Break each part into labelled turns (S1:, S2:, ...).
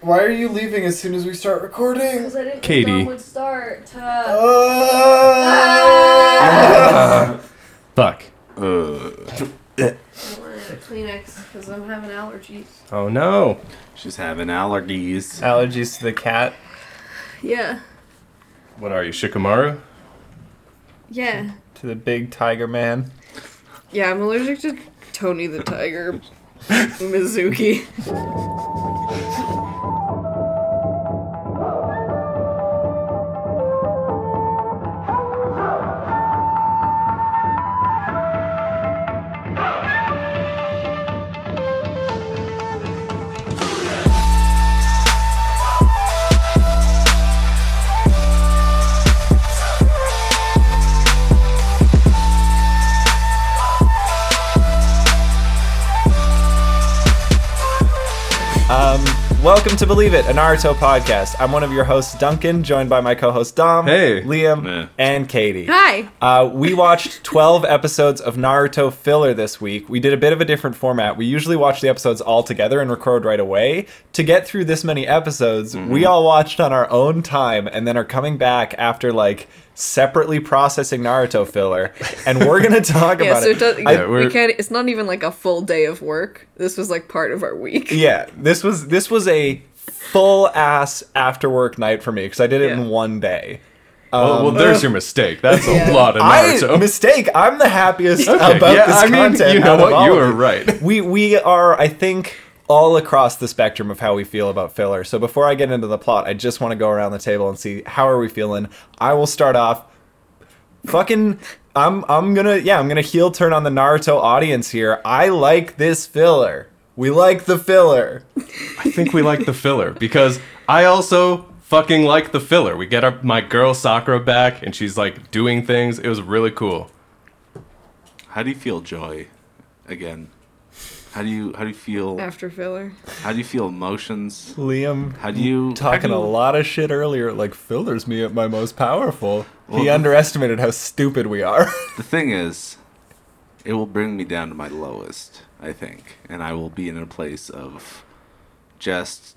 S1: Why are you leaving as soon as we start recording?
S2: Because I didn't
S3: Katie.
S2: think Dawn would start. Uh,
S1: Oh!
S3: Fuck.
S2: I wanted a Kleenex because I'm having allergies.
S3: Oh no.
S4: She's having allergies.
S5: Allergies to the cat.
S2: Yeah.
S3: What are you, Shikamaru?
S2: Yeah.
S5: To the big tiger man.
S2: Yeah, I'm allergic to Tony the Tiger Mizuki.
S5: Um, welcome to Believe It, a Naruto podcast. I'm one of your hosts, Duncan, joined by my co-host Dom,
S3: Hey.
S5: Liam,
S4: Yeah.
S5: and Katie.
S2: Hi.
S5: Uh, we watched 12 episodes of Naruto filler this week. We did a bit of a different format. We usually watch the episodes all together and record right away. To get through this many episodes, we
S3: Mm-hmm.
S5: all watched on our own time and then are coming back after like separately processing Naruto filler. And we're going to talk
S2: Yeah,
S5: about
S2: so
S5: it.
S2: it does,
S5: I-
S3: Yeah,
S2: we
S3: we're-
S2: can't. It's not even like a full day of work. This was like part of our week.
S5: yeah, this was this was a full ass after work night for me because I did it
S2: Yeah.
S5: in one day.
S3: oh, well, there's your mistake. That's a lot of
S5: I
S3: Naruto.
S5: mistake. I'm the happiest
S3: Okay,
S5: about
S3: yeah,
S5: this
S3: I mean,
S5: content.
S3: you know
S5: out of
S3: what?
S5: all
S3: You
S5: of
S3: are
S5: it.
S3: right.
S5: We we are, I think, all across the spectrum of how we feel about filler. So before I get into the plot, I just want to go around the table and see how are we feeling. I will start off. Fucking, I'm I'm gonna yeah I'm gonna heel turn on the Naruto audience here. I like this filler. We like the filler.
S3: I think we like the filler because I also fucking like the filler. We get our, my girl Sakura back and she's like doing things. It was really cool.
S4: How do you feel joy again? How do you how do you feel
S2: After filler.
S4: how do you feel emotions?
S5: Liam
S4: How do
S3: Mm,
S4: you
S5: talking
S4: how
S5: a
S4: do you-
S5: lot of shit earlier like fillers me at my most powerful. he underestimated how stupid we are.
S4: The thing is, it will bring me down to my lowest, I think, and I will be in a place of just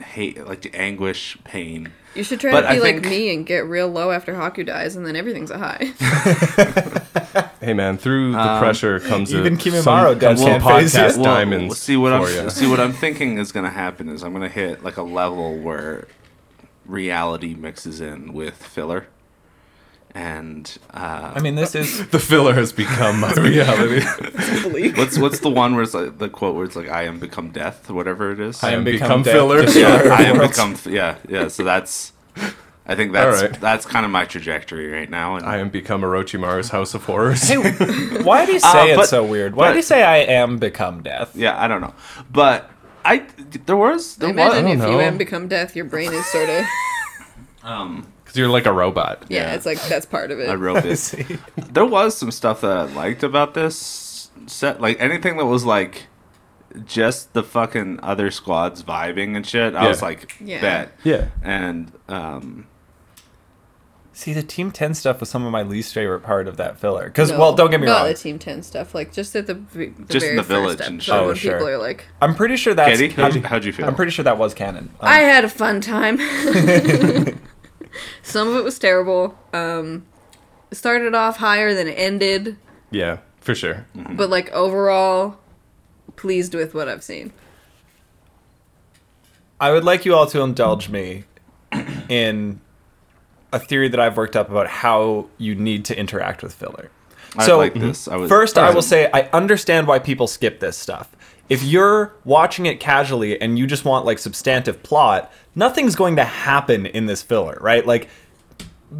S4: hate, like anguish, pain.
S2: You should try
S4: But
S2: to
S4: I
S2: be like
S4: think-
S2: me and get real low after Haku dies, and then everything's a high.
S3: Hey man, through the
S4: Um,
S3: pressure comes
S5: even
S3: a,
S5: Kimimaro
S3: some, comes
S5: does
S3: some
S5: can't face
S3: podcast
S5: it.
S4: Well,
S3: diamonds.
S4: well, see what I'm
S3: for ya.
S4: see what I'm thinking is going to happen is I'm going to hit like a level where reality mixes in with filler, and uh,
S5: I mean, this is
S3: The filler has become my reality.
S2: Bleak.
S4: what's what's the one where it's like the quote where it's like I am become death, whatever it is.
S3: I am become,
S5: become death.
S3: filler.
S4: yeah, I am
S5: Worlds.
S4: become yeah yeah. So that's I think that's
S3: Alright.
S4: that's kind of my trajectory right now. And
S3: I am become Orochimaru's House of Horrors.
S5: why do you say
S4: Uh,
S5: it
S4: but-
S5: so weird? Ah, Why
S4: but-
S5: do you say I am become death?
S4: yeah, I don't know, but I there was
S2: I
S4: there
S2: imagine
S4: was
S2: if
S3: know.
S2: you and become death, your brain is sort of
S4: um
S3: Because you're like a robot.
S2: yeah,
S4: Yeah.
S2: It's like that's part of it.
S4: I wrote
S5: I
S4: this.
S5: see.
S4: there was some stuff that I liked about this set, like anything that was like just the fucking other squads vibing and shit. I
S3: Yeah.
S4: was like,
S2: Yeah.
S4: bet.
S3: Yeah.
S4: And um,
S5: See, the Team 10 stuff was some of my least favorite part of that filler. Because,
S2: No,
S5: well, don't get me
S2: not
S5: wrong.
S2: the Team Ten stuff. Like just at the, v- the
S4: Just in
S2: very
S4: the village
S2: first
S4: and
S2: episode
S4: shit.
S2: when
S5: Oh, sure.
S2: people are like,
S5: I'm pretty sure that's.
S4: Katie, how'd you,
S5: I'm,
S4: how'd you feel?
S5: I'm pretty sure that was canon. Um,
S2: I had a fun time. Some of it was terrible. Um, it started off higher than it ended,
S3: Yeah, for sure.
S4: Mm-hmm.
S2: but like overall, pleased with what I've seen.
S5: I would like you all to indulge me in a theory that I've worked up about how you need to interact with filler.
S4: I'd like this. I would-
S5: first, I
S4: Alright.
S5: will say I understand why people skip this stuff. If you're watching it casually and you just want like substantive plot, nothing's going to happen in this filler, right? Like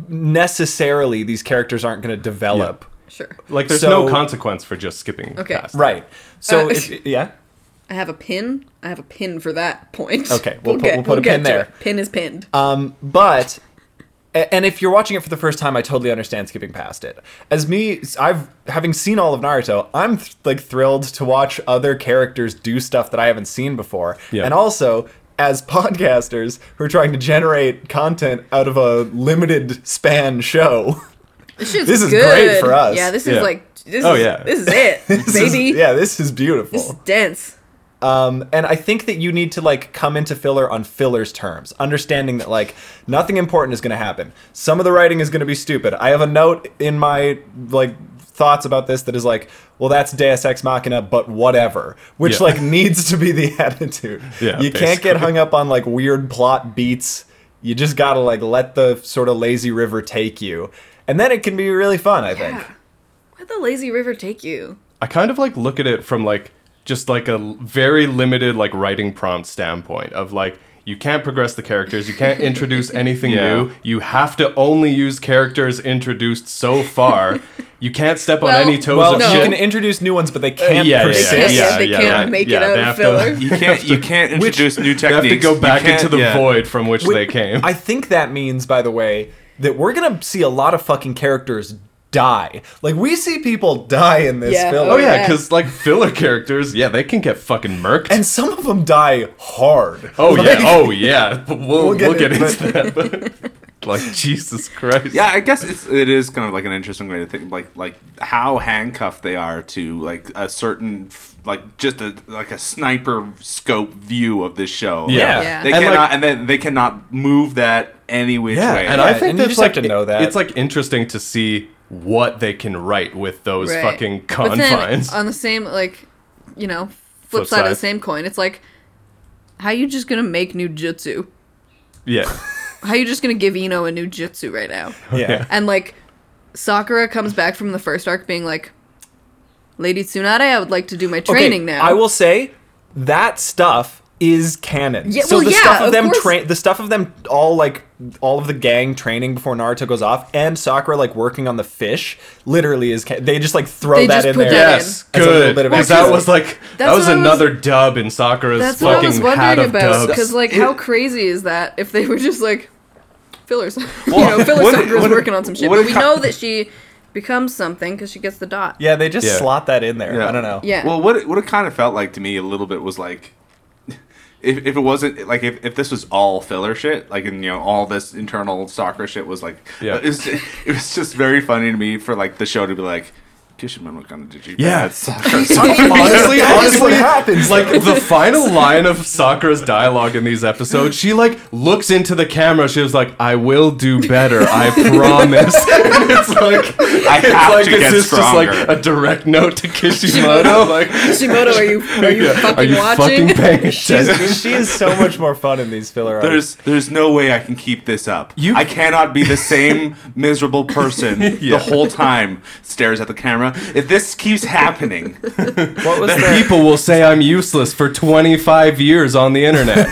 S5: necessarily these characters aren't going to develop.
S2: Sure.
S3: Like there's
S5: So-
S3: no consequence for just skipping
S2: Okay.
S3: past.
S5: Right. So
S2: Uh,
S5: if, yeah.
S2: I have a pin. I have a pin for that point.
S5: Okay, we'll put- we'll put a
S2: get
S5: pin
S2: to
S5: there.
S2: it. Pin is pinned.
S5: Um, but a- and if you're watching it for the first time, I totally understand skipping past it. As me, I've having seen all of Naruto, I'm th- like thrilled to watch other characters do stuff that I haven't seen before.
S3: Yeah.
S5: And also, as podcasters who are trying to generate content out of a limited span show,
S2: This, shit's
S5: this is great for us.
S2: Yeah, this is
S3: Yeah.
S2: like this
S3: Oh,
S2: is
S3: yeah.
S2: this is it,
S5: this is-
S2: baby.
S5: yeah, this is beautiful.
S2: This is dense.
S5: Um, and I think that you need to like come into filler on filler's terms, understanding that like nothing important is going to happen. Some of the writing is going to be stupid. I have a note in my like thoughts about this that is like, well, that's Deus Ex Machina, but whatever, which
S3: Yeah.
S5: like needs to be the attitude.
S3: Yeah,
S5: you can't get
S3: basically.
S5: hung up on like weird plot beats. You just gotta like let the sort of lazy river take you, and then it can be really fun. I think.
S2: Yeah. Where'd the lazy river take you?
S3: I kind of like look at it from like just like a l- very limited like writing prompt standpoint of like you can't progress the characters, you can't introduce anything
S4: Yeah.
S3: new. You have to only use characters introduced so far. you can't step
S2: Well-
S3: on any toes
S5: Well,
S3: of
S2: no.
S5: you
S3: shit.
S5: can introduce new ones, but they can't
S3: Uh, yeah, yeah,
S5: persist.
S2: They can't-
S3: yeah,
S2: they
S3: yeah,
S2: can't
S3: right.
S2: make
S3: Yeah,
S2: it
S3: they
S2: out
S3: have
S2: of
S3: to-
S2: filler.
S4: You can't. You can't introduce new
S3: They have
S4: techniques.
S3: to go
S4: You
S3: back
S4: can't-
S3: into the
S4: yeah.
S3: void from which they came.
S5: I think that means, by the way, that we're gonna see a lot of fucking characters die. Like we see people die in this
S2: Yeah.
S5: film,
S3: oh yeah,
S2: yeah.
S3: because like filler characters, yeah, they can get fucking murked.
S5: and some of them die hard.
S3: oh
S5: Like,
S3: yeah, oh yeah. But We'll,
S5: We'll
S3: we'll
S5: get
S3: get,
S5: it,
S3: into that. but- like Jesus Christ.
S4: Yeah, I guess it's it is kind of like an interesting way to think, like like how handcuffed they are to like a certain f- like just a like a sniper scope view of this show.
S3: Yeah.
S2: Yeah.
S4: they
S3: And,
S4: cannot
S3: like-
S4: and then they cannot move that any which
S5: Yeah,
S4: way.
S3: and
S5: Yeah,
S3: I think
S5: and you
S3: that's
S5: just have
S3: like
S5: to know that.
S3: it's like interesting to see what they can write with those
S2: Right.
S3: fucking
S2: But then, uh,
S3: confines.
S2: on the same, like, you know, flip,
S3: Flip
S2: side, of the
S3: side.
S2: same coin, it's like, how you just gonna make new jutsu?
S3: yeah,
S2: How you just gonna give Ino a new jutsu right now?
S5: yeah.
S2: And like, Sakura comes back from the first arc being like, Lady Tsunade, I would like to do my training
S5: Okay,
S2: now.
S5: I will say that stuff is canon.
S2: Yeah,
S5: so
S2: well,
S5: the
S2: yeah,
S5: stuff of,
S2: of
S5: them
S2: course.
S5: train the stuff of them all like all of the gang training before Naruto goes off and Sakura like working on the fish literally is ca- they just like throw
S2: They
S5: that
S2: just
S5: in
S2: put
S5: there.
S2: that
S3: yes,
S5: As a little
S3: good.
S5: bit of
S3: Because
S5: extra.
S3: that was like that
S2: That's
S3: was
S2: what I was-
S3: another dub in Sakura's
S2: That's what I was
S3: fucking hat
S2: wondering
S3: of
S2: about.
S3: dubs.
S2: Because like, how crazy is that if they were just like fillers? you
S4: Well,
S2: know, filler
S4: what-
S2: Sakura's
S4: what-
S2: working on some shit,
S4: what
S2: but
S4: if
S2: we
S4: Ka-
S2: know that she becomes something because she gets the dot.
S5: Yeah, they just
S3: Yeah.
S5: slot that in there.
S4: Yeah.
S5: I don't know.
S2: Yeah.
S4: Well, what it, what it kind of felt like to me a little bit was like, if, if it wasn't like if, if this was all filler shit, like and you know all this internal soccer shit was like,
S3: Yeah.
S4: it was, it was just very funny to me for like the show to be like, Kishimono kind of did you?
S3: Yeah.
S4: bad soccer. soccer."
S3: honestly,
S5: That is what
S3: honestly,
S5: happens.
S3: like the final line of Sakura's dialogue in these episodes, she like looks into the camera. She was like, "I will do better. I promise." and it's like
S4: I
S3: it's
S4: have
S3: like
S4: to
S3: is
S4: get
S3: this
S4: stronger.
S3: just like a direct note to Kishimoto? like,
S2: Shimoto, are you are you
S3: yeah,
S2: fucking
S3: are you
S2: watching?
S3: fucking paying attention?
S5: She's, she is so much more fun in these filler arcs.
S4: There's there's no way I can keep this up.
S3: You-
S4: I cannot be the same miserable person
S3: Yeah.
S4: the whole time. Stares at the camera. If this keeps happening,
S5: What was the
S3: People will say I'm useless for 25 years on the internet.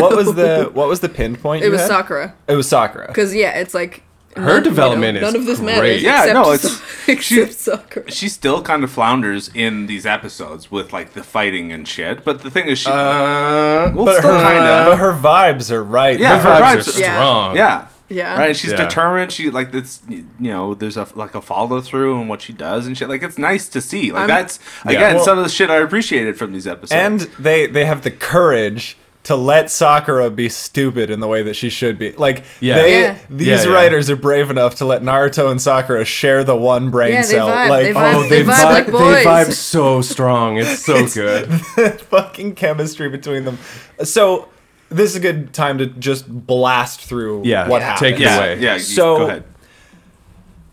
S5: what was the what was the pinpoint?
S2: It
S5: you
S2: was
S5: had?
S2: Sakura.
S5: It was Sakura.
S2: Because yeah, it's like her
S3: development is
S2: none of this
S3: great.
S2: matters.
S4: Yeah,
S2: except
S4: no, it's-
S2: except Sakura.
S4: she still kind of flounders in these episodes with like the fighting and shit. But the thing is, she
S3: Uh,
S4: well,
S5: But
S4: still
S5: her, but
S4: kind
S5: her vibes are right.
S4: Yeah,
S5: Her
S3: vibes
S5: vibes
S4: her
S5: are
S3: are
S4: vibes-
S2: Yeah.
S3: strong.
S4: of. Yeah.
S2: Yeah.
S4: Right. She's
S3: Yeah.
S4: determined. She like this. You know, there's a like a follow through and what she does and shit. Like it's nice to see. Like
S2: I'm-
S4: that's
S3: Yeah.
S4: again
S5: Well-
S4: some of the shit I appreciated from these episodes.
S5: and they they have the courage to let Sakura be stupid in the way that she should be. Like
S3: Yeah.
S5: they
S2: Yeah.
S5: these
S3: Yeah, yeah.
S5: writers are brave enough to let Naruto and Sakura share the one brain
S2: Yeah, they
S5: cell.
S2: vibe,
S5: Like
S2: they vibe,
S5: oh,
S2: they vibe like boys.
S3: They vibe so strong. It's so good.
S5: fucking chemistry between them. So this is a good time to just blast through
S3: Yeah,
S5: what
S3: yeah.
S5: happened.
S3: Take it
S4: yeah,
S3: away.
S4: yeah. you-
S5: So-
S4: go ahead.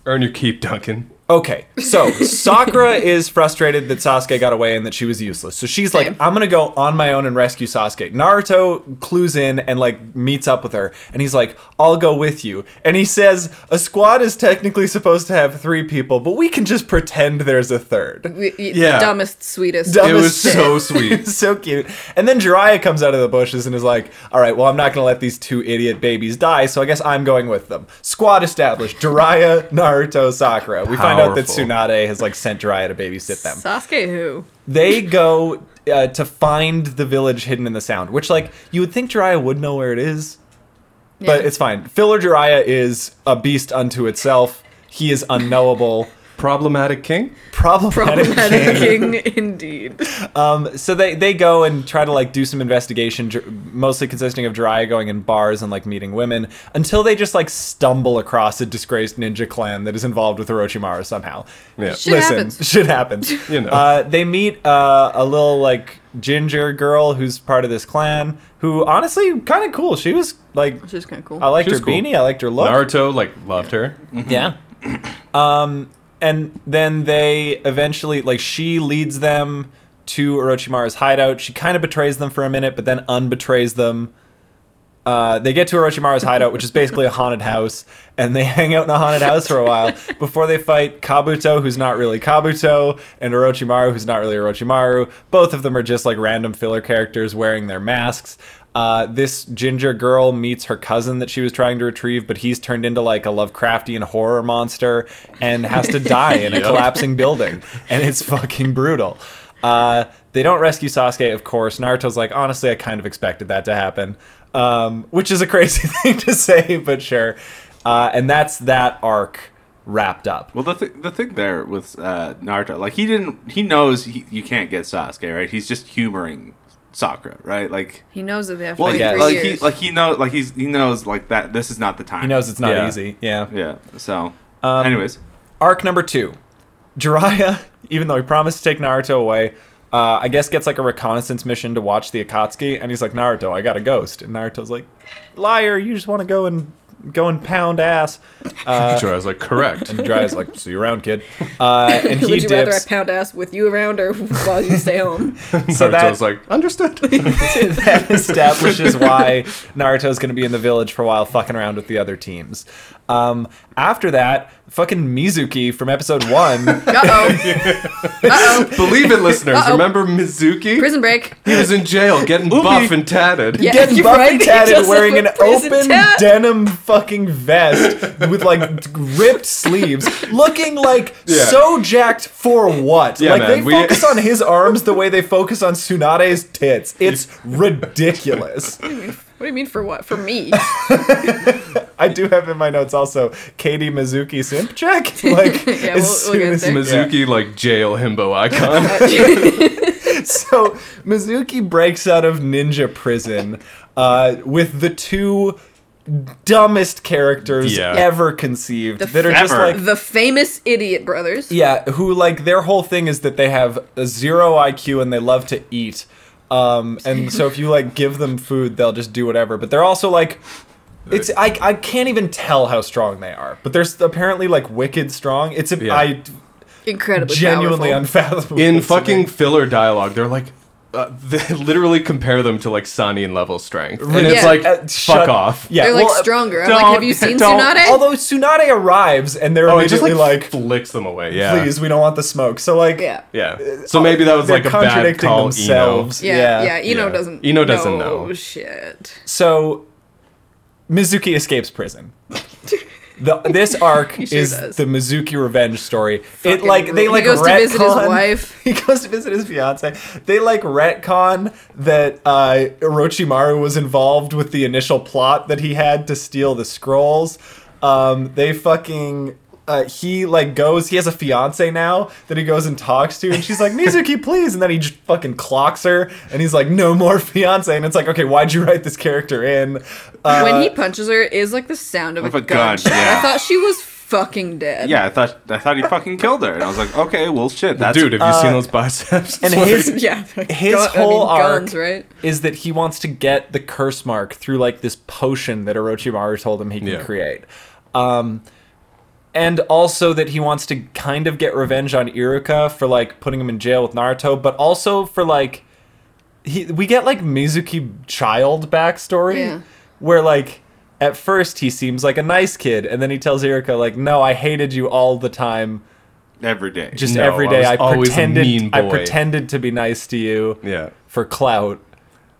S3: Earn your keep, Duncan.
S5: Okay, so Sakura is frustrated that Sasuke got away and that she was useless. So she's like,
S2: Same.
S5: I'm gonna go on my own and rescue Sasuke. Naruto clues in and like meets up with her and he's like, I'll go with you. And he says, A squad is technically supposed to have three people, but we can just pretend there's a third.
S2: We- we-
S3: Yeah.
S2: Dumbest, sweetest.
S5: Dumb-
S3: It
S5: was
S3: was
S5: sick.
S3: so sweet.
S5: It's so cute. And then Jiraiya comes out of the bushes and is like, All right, well, I'm not gonna let these two idiot babies die, so I guess I'm going with them. Squad established Jiraiya, Naruto, Sakura. We find out that
S3: Powerful.
S5: Tsunade has like sent Jiraiya to babysit them.
S2: Sasuke who?
S5: they go uh, to find the village hidden in the sound, which like you would think Jiraiya would know where it is, but
S2: Yeah.
S5: it's fine. Filler Jiraiya is a beast unto itself. He is unknowable.
S3: Problematic king?
S5: Problematic,
S2: Problematic
S5: king.
S2: king, indeed.
S5: Um, so they, they go and try to like do some investigation, dr- mostly consisting of Jiraiya going in bars and like meeting women, until they just like stumble across a disgraced ninja clan that is involved with Orochimaru somehow.
S3: Yeah.
S2: Shit
S5: Listen,
S2: happens.
S5: shit happens.
S3: You know.
S5: Uh, they meet uh, a little like ginger girl who's part of this clan, who honestly kind of cool. She was like,
S2: Which is kind of cool.
S5: I liked
S3: She
S5: her
S3: was cool.
S5: beanie, I liked her look.
S3: Naruto like loved her.
S5: Yeah. um, and then they eventually, like, she leads them to Orochimaru's hideout. She kind of betrays them for a minute, but then unbetrays them. Uh, they get to Orochimaru's hideout, which is basically a haunted house, and they hang out in a haunted house for a while before they fight Kabuto, who's not really Kabuto, and Orochimaru, who's not really Orochimaru. Both of them are just like random filler characters wearing their masks. Uh, this ginger girl meets her cousin that she was trying to retrieve, but he's turned into like a Lovecraftian horror monster and has to die in a collapsing building, and it's fucking brutal. Uh, they don't rescue Sasuke, of course. Naruto's like, honestly, I kind of expected that to happen, um, which is a crazy thing to say, but sure. Uh, and that's that arc wrapped up.
S4: Well, the, th- the thing there with uh, Naruto, like he didn't, he knows he, you can't get Sasuke, right? He's just humoring Sakura, right? Like,
S2: He knows that they have to
S4: well,
S2: fight
S4: he,
S5: guess.
S2: for
S4: like he
S2: years.
S4: like he knows, like he's he knows like that. This is not the time.
S5: He knows it's not
S3: Yeah.
S5: easy. Yeah.
S4: Yeah. So,
S5: Um,
S4: anyways,
S5: Arc number two. Jiraiya, even though he promised to take Naruto away, uh, I guess gets like a reconnaissance mission to watch the Akatsuki, and he's like, Naruto, I got a ghost. And Naruto's like, liar, you just want to go and go and pound ass. Uh,
S3: Sure, I was like, correct.
S5: and Jiraiya's like, see you around, kid. Uh, and he
S2: Would you rather I
S5: dips.
S2: pound ass with you around or while you stay home?
S5: So
S3: Naruto
S5: that-
S3: was like, understood.
S5: that establishes why Naruto's going to be in the village for a while, fucking around with the other teams. Um, after that, fucking Mizuki from episode one.
S2: Uh oh. uh oh.
S3: Believe it, listeners.
S2: Uh-oh.
S3: Remember Mizuki?
S2: Prison break.
S3: He was in jail getting buff and tatted.
S2: Yeah.
S5: Getting
S2: you're
S5: buff
S2: right,
S5: and
S2: he
S5: tatted,
S2: does
S5: wearing
S2: have
S5: an
S2: a prison
S5: open
S2: tat.
S5: denim fucking vest with like ripped sleeves, looking like
S3: Yeah.
S5: so jacked for what?
S3: Yeah,
S5: like they
S3: man, we-
S5: focus on his arms the way they focus on Tsunade's tits. It's ridiculous.
S2: What do you mean for what? For me?
S5: I do have in my notes also Katie Mizuki simp check. Like
S2: Yeah,
S5: as
S2: we'll- we'll
S5: soon
S2: get
S5: as
S2: there.
S3: Mizuki like jail himbo icon.
S5: so Mizuki breaks out of ninja prison uh, with the two dumbest characters
S3: Yeah.
S5: ever conceived
S2: The
S5: that are just
S4: Ever.
S5: like
S2: the famous idiot brothers.
S5: yeah who like their whole thing is that they have a zero IQ and they love to eat um, and so if you like give them food they'll just do whatever but they're also like it's I, I can't even tell how strong they are but they're s- apparently like wicked strong it's a,
S3: Yeah.
S5: I
S2: Incredibly
S5: genuinely
S2: powerful.
S5: unfathomable to
S3: in
S5: me.
S3: fucking filler dialogue, they're like, uh, they literally compare them to like Sunny and level strength, and it's
S2: Yeah.
S3: like,
S5: Uh,
S3: fuck
S5: shut-
S3: off.
S5: yeah
S2: They're like
S5: well, Oh, uh,
S2: stronger. I'm like, have you
S4: don't-
S2: seen
S4: don't-
S2: Tsunade?
S5: Although Tsunade arrives and they're
S3: Oh, it just
S5: immediately
S3: like,
S5: like,
S3: flicks them away. Yeah,
S5: please, we don't want the smoke. So like,
S2: yeah.
S3: yeah. So maybe that was
S5: they're
S3: like a bad
S5: contradicting
S3: call,
S5: themselves.
S2: Yeah, yeah, Eno
S3: yeah.
S2: doesn't.
S3: Eno doesn't know.
S2: Shit.
S5: So Mizuki escapes prison. The, this arc
S2: sure
S5: is
S2: does.
S5: the Mizuki revenge story. it
S2: Fucking
S5: like they
S2: rule.
S5: like
S2: he goes to visit his
S5: retcon-
S2: wife.
S5: He goes to visit his fiance. They like retcon that uh, Orochimaru was involved with the initial plot that he had to steal the scrolls. Um, they fucking. Uh, he like goes. He has a fiance now that he goes and talks to, and she's like, "Mizuki, please," and then he just fucking clocks her, and he's like, "No more fiance," and it's like, "Okay, why'd you write this character in?" Uh,
S2: when he punches her, it is like the sound of,
S4: Of
S2: a,
S4: a gun,
S2: gunshot.
S4: yeah.
S2: I thought she was fucking dead.
S4: yeah, I thought I thought he fucking killed her, and I was like, okay, well, shit, that's
S3: Dude, have you seen those biceps?
S5: Uh, and
S3: Like,
S5: his
S2: yeah.
S5: his
S2: Gun-
S5: whole
S2: I mean,
S5: arc
S2: guns, right?
S5: is that he wants to get the curse mark through like this potion that Orochimaru told him he can
S3: Yeah.
S5: create. Um and also that he wants to kind of get revenge on Iruka for like putting him in jail with Naruto, but also for like he we get like Mizuki child backstory
S2: Yeah.
S5: where like at first he seems like a nice kid and then he tells Iruka like no, I hated you all the time
S4: every day.
S5: just
S3: No,
S5: every
S3: I
S5: day
S3: was
S5: I,
S3: always a
S5: pretended
S3: mean
S5: I
S3: boy.
S5: pretended to be nice to you
S3: yeah.
S5: for clout.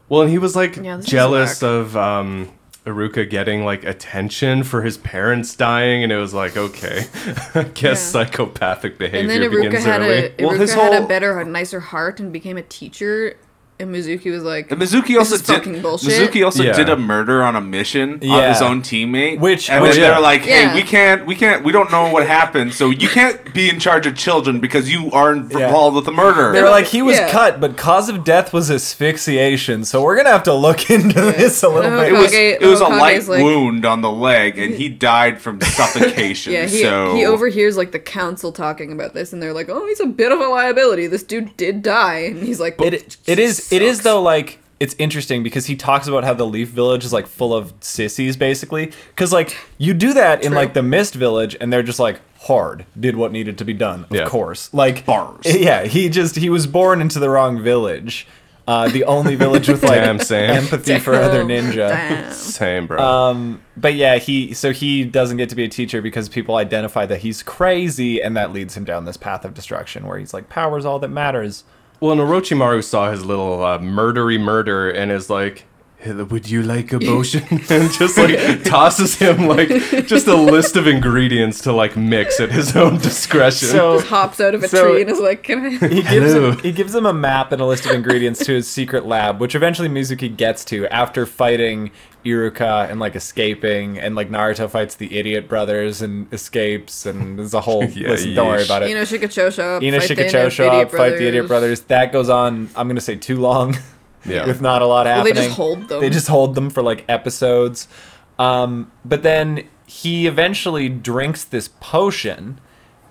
S3: Well, and he was like
S2: Yeah, this is
S3: jealous
S2: whack.
S3: of um, Aruka getting like attention for his parents dying, and it was like, okay, I guess
S2: Yeah.
S3: psychopathic
S2: And then
S3: behavior
S2: Iruka
S3: begins
S2: had
S3: early.
S2: a Iruka
S5: Well, his
S2: had a
S5: whole-
S2: better, a nicer heart, and became a teacher. And Mizuki was like,
S4: And Mizuki also
S2: is
S4: did
S2: fucking bullshit.
S4: Mizuki also
S3: Yeah.
S4: did a murder on a mission on
S5: Yeah.
S4: his own teammate.
S5: Which-
S4: and
S5: which-
S4: then
S3: yeah.
S4: they're like, "Hey,
S2: Yeah.
S4: we can't, we can't, we don't know what happened, so you can't be in charge of children because you are
S5: Yeah.
S4: involved with the murder."
S5: They were like, he was
S2: Yeah.
S5: cut, but cause of death was asphyxiation. So we're gonna have to look into this a little
S2: Oh,
S5: bit.
S4: it was,
S2: Hokage-
S4: it was a
S2: Hokage's
S4: light
S2: like-
S4: wound on the leg, and he died from suffocation.
S2: yeah, he,
S4: so
S2: he overhears like the council talking about this, and they're like, "Oh, he's a bit of a liability. This dude did die," and he's like,
S5: it it is it is though like it's interesting because he talks about how the Leaf Village is like full of sissies basically because like you do that in
S2: True.
S5: like the Mist Village and they're just like hard did what needed to be done of
S3: Yeah.
S5: course like
S4: Bars.
S5: yeah he just he was born into the wrong village uh, the only village with like
S3: Damn, Sam.
S5: empathy for other
S2: "Oh,
S5: ninja
S2: damn."
S3: Same, bro.
S5: um but yeah he so he doesn't get to be a teacher because people identify that he's crazy and that leads him down this path of destruction where he's like power's all that matters
S3: well, and Orochimaru saw his little uh, murdery murder and is like, "Hey, "Would you like a potion?" and just like tosses him like just a list of ingredients to like mix at his own discretion.
S5: so
S2: Just hops out of a
S5: So-
S2: tree and is like, "Can I?"
S5: he gives,
S3: Hello.
S5: him, he gives him a map and a list of ingredients to his secret lab which eventually mizuki gets to after fighting iruka and like escaping and like naruto fights the idiot brothers and escapes and there's a whole
S3: Yeah,
S5: listen don't worry
S3: yeesh.
S5: about it
S2: Ino Shikacho show up. fight the
S5: Inoshikacho show
S2: Idiot
S5: up, fight the idiot brothers. That goes on. I'm gonna say too long,
S3: Yeah.
S5: with not a lot
S2: Well, they
S5: happening.
S2: just hold them.
S5: They just hold them for like episodes, um, but then he eventually drinks this potion,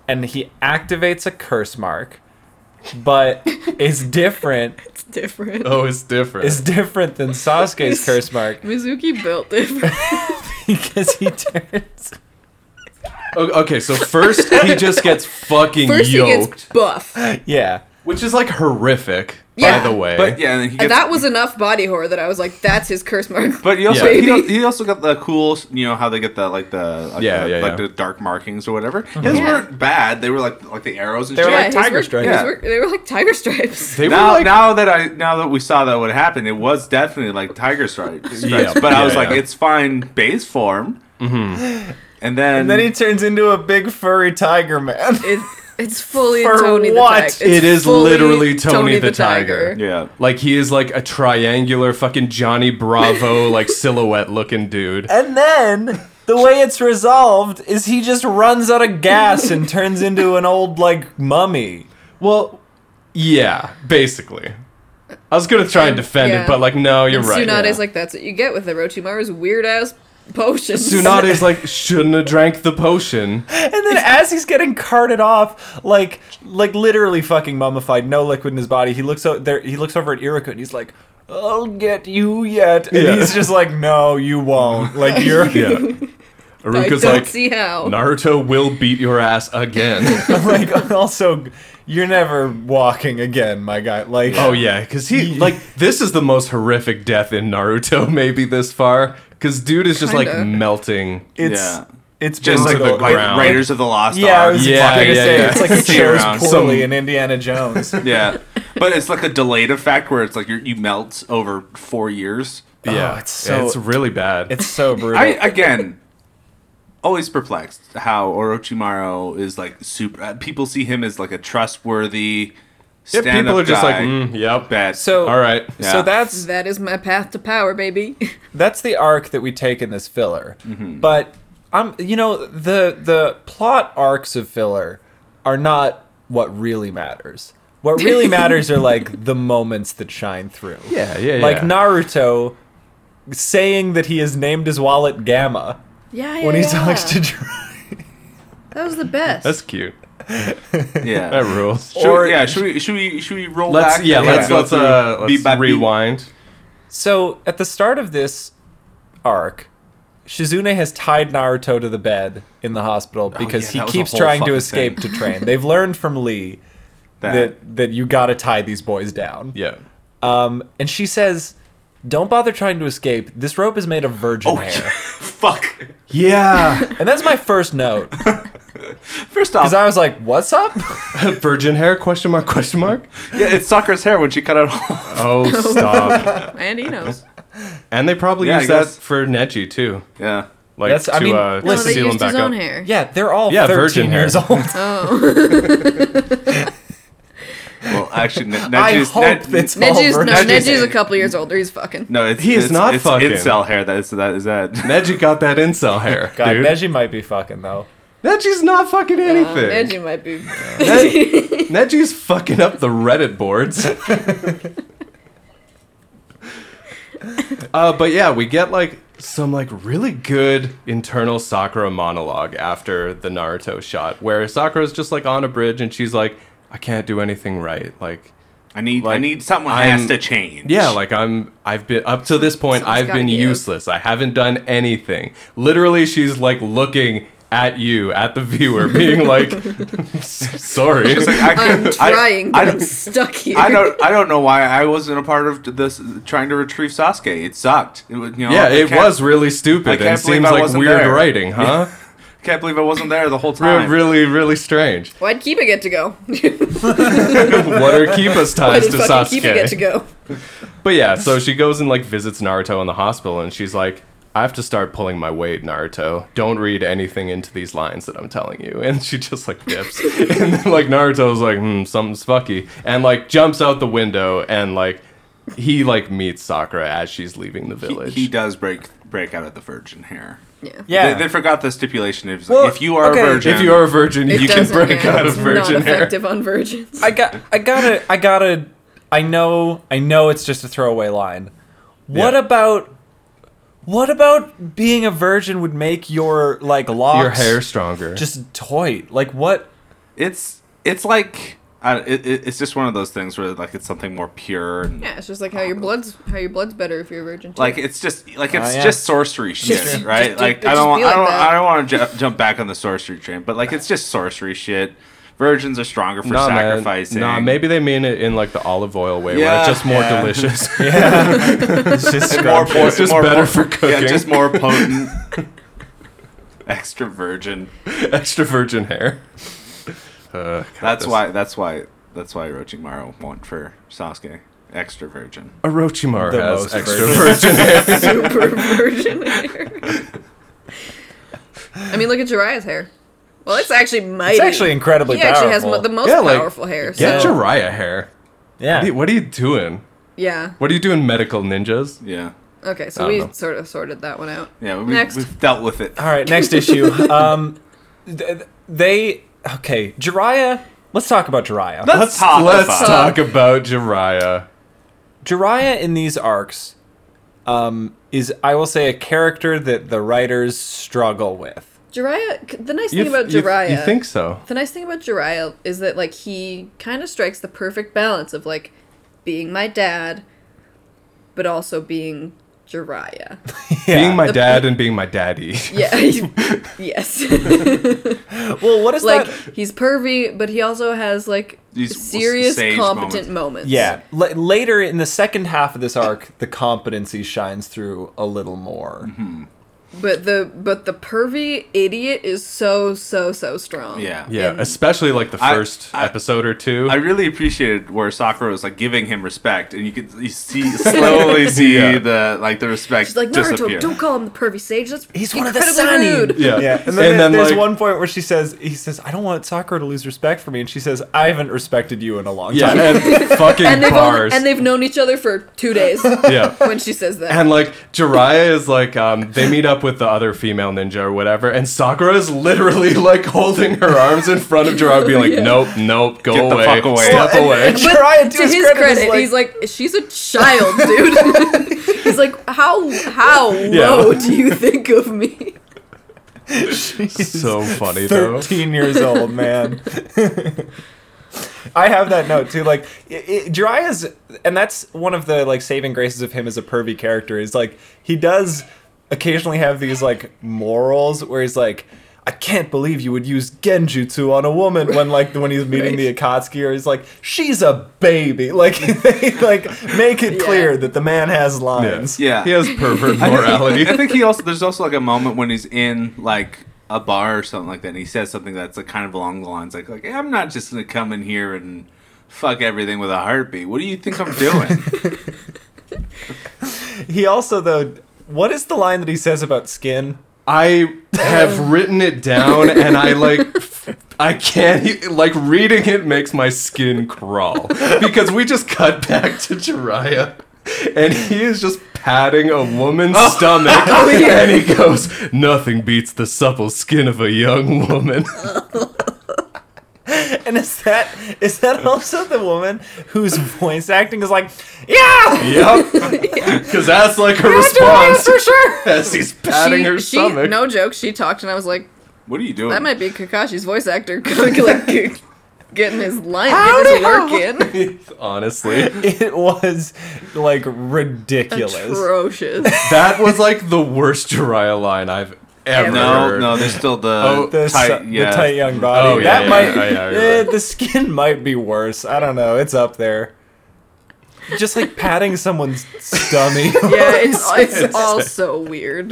S5: and he activates a curse mark, but it's different.
S2: It's different.
S3: oh, it's different.
S5: It's different than Sasuke's curse mark
S2: Mizuki built different.
S5: because he turns.
S3: O- okay, so first he just gets fucking
S2: First he
S3: yoked,
S2: gets buff.
S5: Yeah.
S3: which is like horrific,
S2: Yeah,
S3: by the way.
S4: but yeah, and then he gets,
S2: And that was enough body horror that I was like, "That's his curse mark."
S4: But he also
S3: Yeah.
S4: he, al- he also got the cool, you know how they get the like the like,
S3: Yeah,
S4: the,
S3: yeah,
S4: like
S3: yeah. Mm-hmm.
S4: the dark markings or whatever. His
S2: Yeah.
S4: weren't bad. They were like like the arrows and
S5: They were
S4: shit.
S5: like
S2: his
S5: tiger
S2: work-
S5: stripes.
S2: his
S4: Yeah.
S2: work- They were like tiger stripes.
S3: they
S4: now,
S3: were like,
S4: now that I now that we saw that what happened, it was definitely like tiger stripes.
S3: Yeah.
S4: But I
S3: Yeah,
S4: was like,
S3: yeah. Mm-hmm.
S4: it's fine base form. And then,
S5: And then he turns into a big furry tiger man.
S2: It, it's fully
S5: For
S2: Tony
S5: what?
S2: the Tiger.
S3: It
S2: It's
S3: is
S2: fully
S3: literally Tony the Tiger.
S4: yeah,
S3: like he is like a triangular fucking Johnny Bravo like silhouette looking dude.
S5: And then the way it's resolved is he just runs out of gas and turns into an old like mummy.
S3: Well, yeah, basically. I was gonna try and defend
S2: Yeah.
S3: it, but like, no, you're
S2: And
S3: right.
S2: Tsunade's
S3: yeah.
S2: like, "That's what you get with Orochimaru's weird ass potions."
S3: Tsunade's like, shouldn't have drank the potion.
S5: And then as he's getting carted off, like like literally fucking mummified, no liquid in his body, he looks o- there he looks over at Iruka and he's like, I'll get you yet. And
S3: Yeah.
S5: he's just like, No, you won't. Like you're
S3: Yeah.
S2: I
S3: Aruka's
S2: don't
S3: like,
S2: see how.
S3: Naruto will beat your ass again.
S5: like also you're never walking again, my guy. Like
S3: oh yeah, because he like this is the most horrific death in Naruto maybe this far. Because dude is just
S2: Kinda.
S3: like melting.
S5: it's
S4: Yeah.
S5: it's
S4: just like
S3: the
S4: the like,
S3: ground.
S4: Raiders of the Lost
S5: Yeah, I
S4: Ark.
S5: was
S3: Yeah,
S5: gonna
S3: yeah,
S5: say
S3: yeah.
S5: it's like it
S4: See
S5: shows
S4: around
S5: poorly
S3: some-
S5: in Indiana Jones.
S4: yeah. But it's like a delayed effect where it's like you're, you melt over four years.
S3: Yeah,
S5: it's so-
S3: it's really bad.
S5: It's so brutal.
S4: I again always perplexed how Orochimaru is like super. Uh, people see him as like a trustworthy.
S3: Yeah,
S4: stand-up
S3: people are just
S4: guy.
S3: like, mm, yep,
S4: bad.
S5: so
S3: all right.
S4: Yeah.
S5: So that's
S2: that is my path to power, baby.
S5: that's the arc that we take in this filler.
S4: Mm-hmm.
S5: But I'm you know the the plot arcs of filler are not what really matters. What really matters are like the moments that shine through.
S3: Yeah, yeah,
S5: Like
S3: yeah.
S5: Naruto saying that he has named his wallet Gamma
S2: yeah, yeah.
S5: when he
S2: yeah.
S5: talks to Jiraiya.
S2: that was the best.
S3: That's cute. That
S4: yeah.
S3: rules.
S4: Should,
S5: Or-
S4: yeah, should we should we should we roll
S3: Let's
S4: back?
S3: yeah,
S4: and
S3: let's
S4: go
S3: let's
S4: through
S3: uh
S4: beat
S3: let's
S4: by beat?
S3: rewind.
S5: So at the start of this arc, Shizune has tied Naruto to the bed in the hospital because
S4: Oh,
S5: he
S4: yeah, that was a
S5: keeps
S4: whole
S5: trying to
S4: fucking
S5: escape
S4: thing.
S5: to train. They've learned from Lee
S4: That.
S5: that that you gotta tie these boys down.
S3: Yeah.
S5: Um, and she says, "Don't bother trying to escape. This rope is made of virgin
S4: Oh,
S5: hair."
S4: fuck.
S3: Yeah.
S5: And that's my first note
S4: First
S5: because
S4: off,
S5: I was like, "What's up?"
S3: Virgin hair question mark question mark?
S4: yeah, it's Sakura's hair when she cut it off.
S3: Oh stop.
S2: and he knows.
S3: and they probably
S4: Yeah,
S3: use
S4: I
S3: that
S4: guess.
S3: for Neji too.
S4: Yeah.
S3: Like
S5: That's-
S3: to
S5: I mean,
S3: uh
S2: No,
S5: listen,
S3: to
S2: they
S3: seal him
S2: used
S3: back
S2: his
S3: up.
S2: own hair.
S5: yeah, they're all
S3: Yeah, virgin
S5: thirteen
S3: hair.
S5: years old.
S2: Oh.
S4: Well, actually, N-
S5: I
S4: Neji's,
S5: hope
S4: Ned-
S5: that's all
S2: Neji's no,
S5: Neji's-
S2: Neji's a couple years older. He's fucking.
S4: no, it's,
S3: He is
S4: it's,
S3: not
S4: it's
S3: fucking.
S4: incel hair. That is that is that.
S3: Neji got that incel hair,
S5: God,
S3: dude.
S5: Neji might be fucking though.
S3: Neji's not fucking
S2: Uh,
S3: anything.
S2: Neji might be.
S3: Neji- Neji's fucking up the Reddit boards. uh, but yeah, we get like some like really good internal Sakura monologue after the Naruto shot, where Sakura's just like on a bridge and she's like, "I can't do anything right." Like,
S4: I need I
S3: Like,
S4: need someone
S3: I'm-
S4: has to change.
S3: Yeah, like I'm I've been up to this point
S2: Someone's
S3: I've been
S2: gotta give.
S3: useless. I haven't done anything. Literally she's like looking at you, at the viewer, being like sorry.
S4: She's like, I
S2: I'm
S4: could- I-
S2: trying,
S4: I
S2: but I'm
S4: don't-
S2: stuck here.
S4: I don't. I don't know why I wasn't a part of this. Trying to retrieve Sasuke, it sucked. It was, you know,
S3: yeah,
S4: I
S3: it
S4: can't-
S3: was really stupid and
S4: can't believe
S3: seems
S4: I
S3: like
S4: wasn't
S3: weird
S4: there.
S3: writing, huh?
S4: Can't believe I wasn't there the whole
S3: Re-
S4: time.
S3: Really, really strange.
S2: Why'd Kiba get to go?
S3: What are Kiba's
S2: Why
S3: ties
S2: did
S3: to
S2: fucking
S3: Sasuke?
S2: Kiba get to go?
S3: But yeah, so she goes and like visits Naruto in the hospital, and she's like, "I have to start pulling my weight, Naruto. Don't read anything into these lines that I'm telling you." And she just like dips, and then like Naruto's like, "Hmm, something's fucky," and like jumps out the window, and like he like meets Sakura as she's leaving the
S4: He,
S3: village.
S4: he does break break out of the virgin hair.
S2: Yeah.
S5: Yeah,
S4: They, they forgot the stipulation. If,
S5: Well,
S4: if you are
S5: okay.
S4: a virgin,
S3: if you are a virgin,
S2: It
S3: you can
S2: doesn't,
S3: break
S2: yeah,
S3: out of
S2: it's
S3: virgin
S2: not
S3: hair.
S2: effective on virgins.
S5: I got I gotta I gotta I know I know it's just a throwaway line. What
S3: Yeah.
S5: about what about being a virgin would make your like locks
S3: Your hair stronger.
S5: just toy? Like what?
S4: it's it's like I, it, it- it's just one of those things where like it's something more pure and
S2: Yeah, it's just like how your blood's how your blood's better if you're a virgin. Too.
S4: like it's just like it's
S3: Oh,
S5: yeah.
S4: just sorcery shit,
S2: Just-
S4: right?
S2: just-
S4: like
S2: just
S4: I don't,
S2: be
S4: want,
S2: like
S4: I don't,
S2: that.
S4: I don't want to ju- jump back on the sorcery train, but like it's just sorcery shit. Virgins are stronger for
S3: Nah, man.
S4: sacrificing.
S3: Nah, maybe they mean it in like the olive oil way, where
S4: Yeah.
S3: it's just more
S5: Yeah.
S3: delicious.
S5: It's just
S4: more
S5: scrumptious.
S4: po-
S3: It's just
S4: more
S3: better
S4: po-
S3: for
S4: Yeah,
S3: cooking.
S4: just more potent. Extra virgin.
S3: Extra virgin hair. Uh, God,
S4: That's
S3: this-
S4: why. That's why. That's why Orochimaru went for Sasuke. Extra virgin.
S3: Orochimaru
S5: The
S3: has
S5: most
S3: extra
S5: virgin.
S3: virgin hair.
S2: super virgin hair. I mean, look at Jiraiya's hair. Well, it's actually mighty.
S5: It's actually incredibly
S2: he actually has
S5: powerful.
S2: mo- the most
S3: Yeah, like,
S2: powerful hair.
S3: Get
S2: so,
S3: Jiraiya hair.
S5: yeah.
S3: What are you- What are you doing?
S2: yeah.
S3: What are you doing, medical ninjas?
S4: Yeah.
S2: Okay,
S3: I
S2: so
S3: don't
S2: we
S3: know.
S2: sort of sorted that one out.
S4: Yeah. We,
S2: Next.
S4: We've dealt with it.
S5: All right, next issue. Um th- they okay, Jiraiya, let's talk about Jiraiya.
S4: Let's talk
S3: let's
S4: about it.
S3: talk about Jiraiya.
S5: Jiraiya in these arcs um is I will say a character that the writers struggle with.
S2: Jiraiya. c- The nice
S3: You
S2: thing about
S3: th- you-
S2: Jiraiya.
S3: You, think so?
S2: the nice thing about Jiraiya is that like he kind of strikes the perfect balance of like being my dad, but also being Jiraiya.
S5: Yeah.
S3: Being my
S2: The-
S3: dad and being my daddy.
S2: Yeah. yes.
S5: Well, what is
S2: like
S5: that?
S2: he's pervy, but he also has like
S4: These
S2: serious
S4: sage
S2: competent moments.
S4: moments.
S5: Yeah. L- later in the second half of this arc, the competency shines through a little more.
S2: But the but the pervy idiot is so so so strong.
S4: Yeah.
S3: Yeah, especially like the
S4: I-
S3: first
S4: I-
S3: episode or two.
S4: I really appreciated where Sakura was like giving him respect, and you could you see slowly see
S3: Yeah.
S4: the like the respect
S2: She's like Naruto,
S4: disappear.
S2: don't call him the pervy sage. That's
S5: He's one of the
S2: incredibly
S5: Sanin."
S2: rude.
S3: yeah.
S5: Yeah, and then, there's one point where she says, "He says I don't want Sakura to lose respect for me," and she says, "I haven't respected you in a long
S3: yeah,
S5: time."
S3: and fucking
S2: And they've
S3: bars.
S2: only, and they've known each other for two days
S3: yeah.
S2: when she says that.
S3: And like Jiraiya is like um, they meet up with the other female ninja or whatever, and Sakura is literally like holding her arms in front of Jiraiya, being like,
S2: Yeah.
S3: "Nope, nope, go
S4: Get the
S3: away,
S4: fuck away."
S3: step
S5: Well,
S3: away."
S5: and- Jiraiya, to
S2: to
S5: his
S2: his,
S5: credit, is
S2: credit,
S5: like-
S2: he's like, she's a child, dude. he's like, how how
S3: Yeah.
S2: low do you think of me?
S5: She's
S3: so funny though.
S5: Thirteen years old, man. I have that note too. Like it, it, Jiraiya's, and that's one of the like saving graces of him as a pervy character is like he does occasionally have these like morals where he's like. I can't believe you would use genjutsu on a woman when like when he's meeting the Akatsuki or he's like she's a baby like they like make it clear that the man has lines.
S4: Yeah.
S3: he has pervert morality.
S4: I think he also there's also like a moment when he's in like a bar or something like that, and he says something that's like kind of along the lines like like "Hey, I'm not just gonna come in here and fuck everything with a heartbeat. What do you think I'm doing?
S5: He also though what is the line that he says about skin?
S3: I have written it down, and I like f- I can't. e- Like reading it makes my skin crawl because we just cut back to Jiraiya, and he is just patting a woman's
S2: Oh.
S3: stomach, and he goes, "Nothing beats the supple skin of a young woman."
S5: And is that is that also the woman whose voice acting is like, yeah,
S3: yep, because that's like her
S5: doing it
S3: response
S5: for sure.
S3: as he's patting her
S2: she,
S3: stomach.
S2: no joke, she talked and I was like,
S4: What are you doing?
S2: that might be Kakashi's voice actor like g- getting his line, getting his
S5: Howdy-ho.
S2: work in.
S3: Honestly,
S5: It was like ridiculous.
S2: Atrocious.
S3: that was like the worst Jiraiya line I've ever
S4: no,
S3: heard.
S4: no, there's still the
S3: Oh,
S5: The
S4: tight,
S5: tight,
S4: yeah.
S5: the tight young body.
S3: Oh, yeah,
S5: that
S3: yeah,
S5: might
S3: yeah, yeah, yeah,
S5: eh,
S3: right.
S5: the skin might be worse. I don't know. It's up there. Just like patting someone's stomach.
S2: yeah, it's, it's all so weird.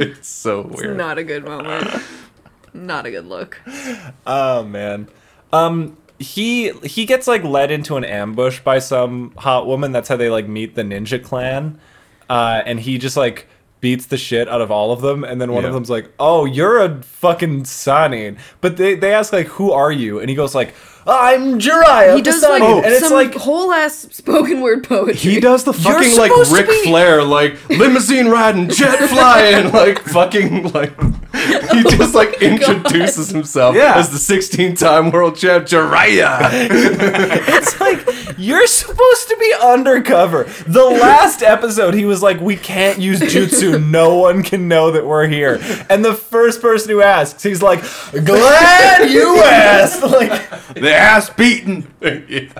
S3: It's so weird.
S2: It's not a good moment. Not a good look.
S5: Oh man. Um he he gets like led into an ambush by some hot woman. That's how they like meet the ninja clan. Uh and he just like beats the shit out of all of them and then one of
S3: Yeah.
S5: them's like, "Oh, you're a fucking Sanin." But they they ask like, "Who are you?" And he goes like, "I'm Jiraiya."
S2: He
S5: the
S2: does
S5: Sanin."
S2: like
S5: Oh. and it's
S2: some
S5: like
S2: whole ass spoken word poetry.
S3: He does the
S5: You're
S3: fucking like
S5: supposed to
S3: Ric
S5: be-
S3: Flair, like limousine riding, jet flying, like fucking like he just like introduces himself
S5: Oh Yeah.
S3: as the 16 time world champ Jiraiya.
S5: It's like you're supposed to be undercover. The last episode, he was like, "We can't use jutsu. No one can know that we're here." And the first person who asks, he's like, "Glad you asked." Like,
S4: the ass beaten,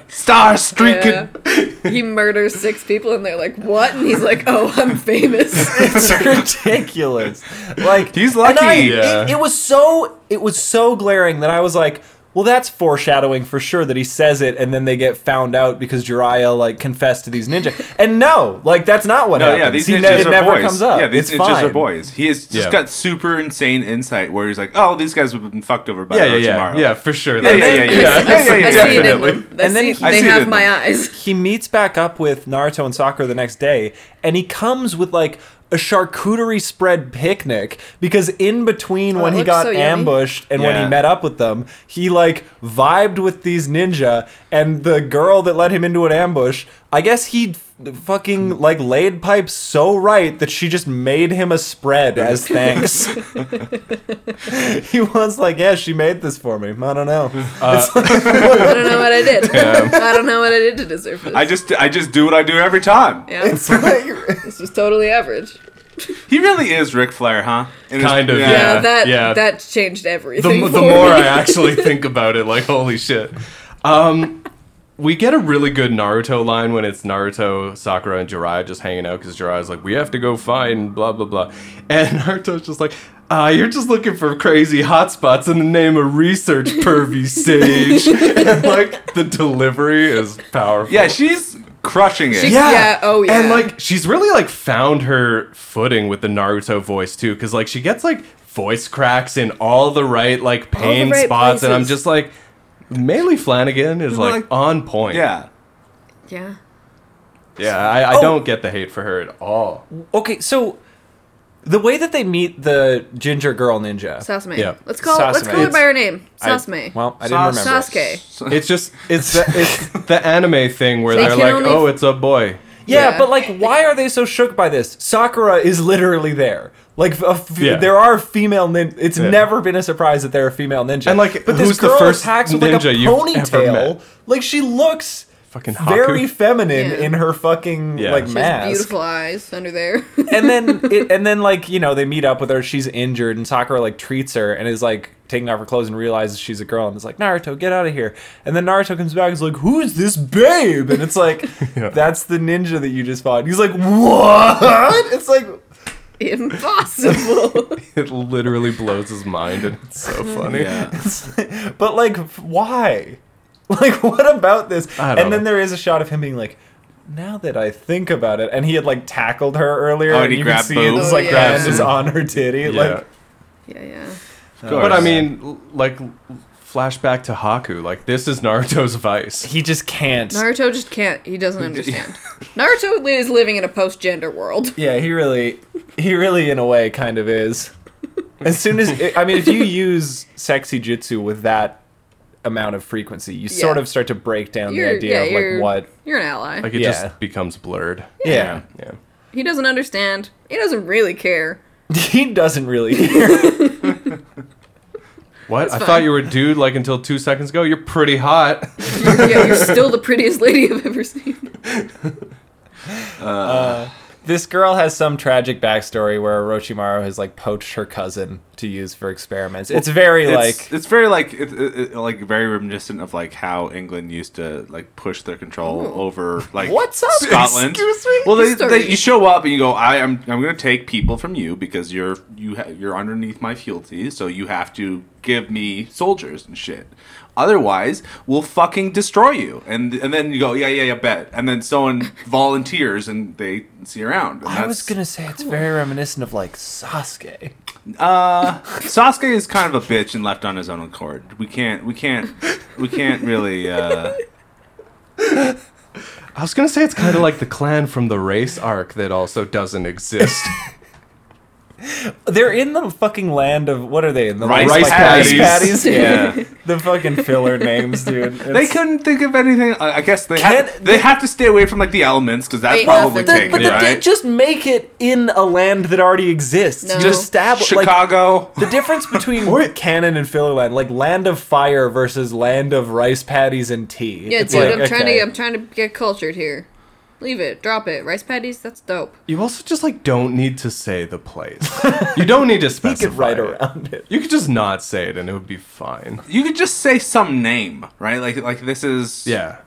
S4: star streaking.
S2: Yeah. he murders six people and they're like, what? And he's like, oh, I'm famous.
S5: it's ridiculous. Like
S4: He's
S5: and
S4: lucky.
S5: I-
S3: Yeah.
S5: it, it was so it was so glaring that I was like. Well, that's foreshadowing for sure that he says it, and then they get found out because Jiraiya like confessed to these ninja. And no, like that's not what
S4: No,
S5: happens.
S4: yeah, these
S5: He
S4: ninjas
S5: ne- it
S4: are
S5: never
S4: boys.
S5: comes up.
S4: Yeah, these
S5: it's
S4: ninjas
S5: fine.
S4: are boys. He has just
S3: Yeah.
S4: got super insane insight where he's like, "Oh, these guys have been fucked over by
S3: yeah, yeah,
S4: Orochimaru."
S3: yeah, yeah, for sure.
S4: Yeah, yeah, yeah,
S3: That's-
S4: yeah.
S2: I, see-
S4: Yeah, yeah,
S2: I
S4: yeah,
S2: see it in
S3: definitely.
S2: them. I
S5: And then
S2: see-
S5: he-
S4: I
S2: they
S4: see it
S2: have
S4: in
S2: my
S4: them.
S2: eyes.
S5: he meets back up with Naruto and Sakura the next day, and he comes with like a charcuterie spread picnic because in between
S2: Oh,
S5: when he
S2: that looks
S5: got
S2: so yummy.
S5: ambushed and when he
S4: Yeah.
S5: met up with them, he like vibed with these ninja and the girl that led him into an ambush. I guess he f- fucking like laid pipes so right that she just made him a spread as thanks. he was like, "Yeah, she made this for me." I don't know.
S2: I don't know what I did. I don't know what I did to deserve this.
S4: I just, I just do what I do every time.
S2: yeah,
S5: It's like
S2: this was totally average.
S4: He really is Ric Flair, huh? In his-
S3: Kind of,
S2: Yeah,
S3: Yeah,
S2: that
S3: yeah.
S2: that changed
S3: the,
S2: everything.
S3: m-
S2: for
S3: the more
S2: me.
S3: I actually think about it, like holy shit. Um, we get a really good Naruto line when it's Naruto, Sakura, and Jiraiya just hanging out because Jiraiya's like, "We have to go find blah blah blah," and Naruto's just like, "Ah, you're just looking for crazy hotspots in the name of research, pervy sage." and like the delivery is powerful.
S4: Yeah, she's crushing it.
S2: She- Yeah, oh, yeah.
S3: And like she's really like found her footing with the Naruto voice too, because like she gets like voice cracks in all the right like pain
S2: right
S3: spots, and I'm
S2: places.
S3: just like, Maylee Flanagan is like,
S4: like-
S3: on point.
S4: yeah.
S2: yeah.
S3: yeah. I, I
S5: Oh.
S3: don't get the hate for her at all.
S5: Okay, so the way that they meet the ginger girl ninja.
S2: Sasume.
S3: Yeah.
S2: Let's call let's
S5: Sasume.
S2: call her by
S5: It's-
S2: her name.
S5: I-
S2: Sasume.
S5: well, I didn't remember.
S2: Sasuke.
S3: It's just it's the, it's the anime thing where
S2: They
S3: they're
S2: can
S3: like,
S2: only-
S3: oh, it's a boy.
S5: Yeah,
S2: Yeah.
S5: but like, why are they so shook by this? Sakura is literally there. Like, a f-
S3: Yeah.
S5: there are female nin. It's
S3: Yeah.
S5: never been a surprise that there are female ninja.
S3: And, like,
S5: but this
S3: who's the
S5: girl
S3: first
S5: attacks with like a
S3: ninja you've ever met?
S5: ponytail. Like, she looks
S3: Fucking Haku.
S5: very feminine
S2: Yeah.
S5: in her fucking
S3: Yeah.
S5: like
S3: She has
S2: She has
S5: mask.
S2: beautiful eyes under there.
S5: and then it, and then like you know they meet up with her she's injured and sakura like treats her and is like taking off her clothes and realizes she's a girl and is like naruto get out of here and then naruto comes back and is like who's this babe and it's like
S3: Yeah.
S5: that's the ninja that you just fought and he's like what it's like
S2: Impossible.
S3: It literally blows his mind, and it's so
S2: Mm-hmm.
S3: funny.
S4: Yeah.
S5: it's like- but like f- why like what about this
S3: I
S5: and
S3: don't
S5: then
S3: know.
S5: there is a shot of him being like now that I think about it, and he had like tackled her earlier,
S4: Oh, and
S5: and
S4: he
S5: you can
S4: grabbed
S5: see his
S4: boobs.
S5: like
S2: Oh, yeah.
S5: hand is on her titty.
S3: Yeah.
S5: Like,
S2: yeah, yeah.
S3: but I mean, l- like flashback to Haku. Like this is Naruto's vice.
S5: he just can't.
S2: Naruto just can't. He doesn't understand. Naruto is living in a post-gender world.
S5: Yeah, he really, he really, in a way, kind of is. As soon as I mean, if you use sexy jutsu with that amount of frequency. You
S2: Yeah.
S5: sort of start to break down the
S2: You're-
S5: idea
S2: yeah,
S5: of
S2: you're-
S5: like what.
S2: You're an ally.
S3: Like it
S5: Yeah.
S3: just becomes blurred.
S5: Yeah.
S3: Yeah.
S2: he doesn't understand. He doesn't really care.
S5: He doesn't really care.
S3: What? I
S2: fine.
S3: thought you were a dude like until two seconds ago. You're pretty hot.
S2: yeah, you're still the prettiest lady I've ever seen.
S5: this girl has some tragic backstory where Orochimaru has like poached her cousin to use for experiments. It's very
S4: It's-
S5: like
S4: it's very like it, it, it- like very reminiscent of like how England used to like push their control over like
S5: What's up?
S4: Scotland.
S5: Excuse me?
S4: Well, they, they,
S2: History.
S4: you show up and you go. I am I'm going to take people from you because you're you ha- you're underneath my fealty, so you have to give me soldiers and shit. Otherwise, we'll fucking destroy you. And and then you go, yeah, yeah, yeah, bet. And then someone volunteers and they see around. And
S5: I was
S4: that's-
S5: gonna say it's very reminiscent of like Sasuke.
S4: Uh, Sasuke is kind of a bitch and left on his own accord. We can't, we can't, we can't really. Uh,
S3: I was gonna say it's kind of like the clan from the race arc that also doesn't exist.
S5: They're in the fucking land of what are they? In the
S4: Rice
S5: like,
S3: patties.
S5: Yeah,
S4: Yeah.
S5: the fucking filler names, dude.
S4: they
S5: It's-
S4: couldn't think of anything. I I guess they have,
S5: Can't-
S4: they have to stay away from like the elements because that's
S2: Wait,
S4: probably
S2: nothing.
S4: taken,
S5: but the,
S4: right?
S5: just make it in a land that already exists.
S2: No.
S5: Just establish like
S4: Chicago.
S5: the difference between canon and filler land, like land of fire versus land of rice patties and tea.
S2: Yeah,
S5: It's
S2: dude,
S5: like,
S2: I'm trying
S5: okay.
S2: to I'm trying to get cultured here. Leave it, drop it. Rice patties, that's dope.
S3: you also just like don't need to say the place. You don't need to
S5: He
S3: specify.
S5: could write
S3: it.
S5: around it.
S3: You could just not say it and it would be fine.
S4: you could just say some name, right? Like, like this is
S3: Yeah.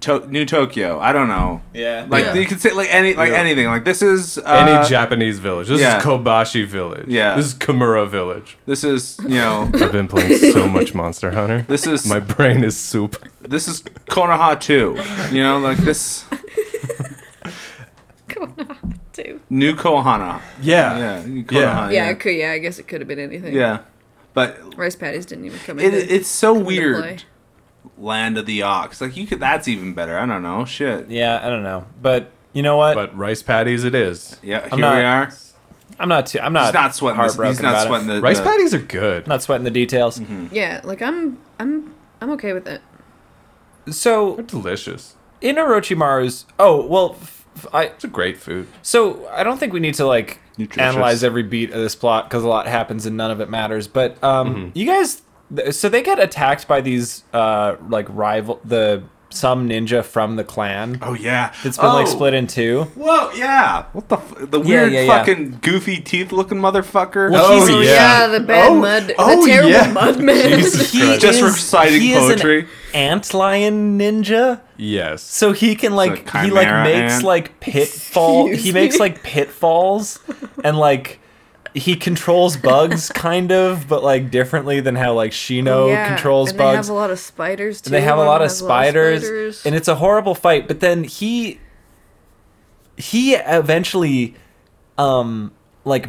S4: to- New Tokyo. I don't know.
S5: Yeah,
S4: Like
S2: Yeah.
S4: you could say like any like
S3: Yeah.
S4: anything. Like this is uh,
S3: Any Japanese village. This
S4: yeah.
S3: is Kobashi village.
S4: Yeah.
S3: This is Kimura village.
S4: this is you know
S3: I've been playing so much Monster Hunter.
S4: this is
S3: My brain is soup.
S4: this is Konoha too. You know, like this
S2: Come on, dude.
S4: new Kohana. Yeah, Konoha.
S3: Yeah.
S2: Yeah, it could yeah, I guess it could have been anything.
S4: Yeah, but
S2: Rice patties didn't even come
S4: it,
S2: in.
S4: it's so
S2: play.
S4: weird. Land of the Ox, like you could. That's even better. I don't know. Shit.
S5: yeah. I don't know, but you know what?
S3: But rice patties it is.
S4: Yeah, here
S5: not-
S4: we are. He's
S5: I'm not too. I'm not.
S4: not sweating. This,
S5: heartbroken
S4: he's not
S5: about it.
S4: sweating the Mm-hmm.
S3: Rice
S4: the-
S3: patties are good.
S5: I'm not sweating the details.
S2: Yeah, like I'm I'm I'm okay with it.
S5: So
S3: They're delicious.
S5: in Orochimaru's, oh well, f- f- I
S3: It's a great food.
S5: so I don't think we need to like
S4: Nutritious.
S5: analyze every beat of this plot because a lot happens and none of it matters. But um,
S4: Mm-hmm.
S5: you guys, th- so they get attacked by these uh like rival the some ninja from the clan
S4: Oh yeah,
S5: that's been like
S4: Oh,
S5: split in two.
S4: Whoa, yeah. What the f- the weird
S5: yeah, yeah.
S4: fucking goofy teeth looking motherfucker.
S5: Well, Oh, he's
S2: Oh
S5: So,
S2: yeah,
S3: yeah.
S2: the bad
S3: Oh-
S2: mud,
S3: oh,
S2: the terrible
S3: yeah.
S2: mud man.
S3: Jesus.
S5: He
S4: Just
S5: is-
S4: reciting
S5: he is an
S4: poetry.
S5: antlion ninja.
S3: Yes.
S5: So he can like
S4: It's a
S5: he like
S4: chimera
S5: makes
S4: ant.
S5: like pitfall he
S2: Excuse
S5: makes
S2: me?
S5: like pitfalls and like he controls bugs kind of but like differently than how like Shino
S2: Oh, Yeah,
S5: controls
S2: and They
S5: bugs.
S2: have a lot of spiders too.
S5: and they have a
S2: One
S5: lot of
S2: has a lot of
S5: spiders,
S2: spiders.
S5: and it's a horrible fight, but then he he eventually um like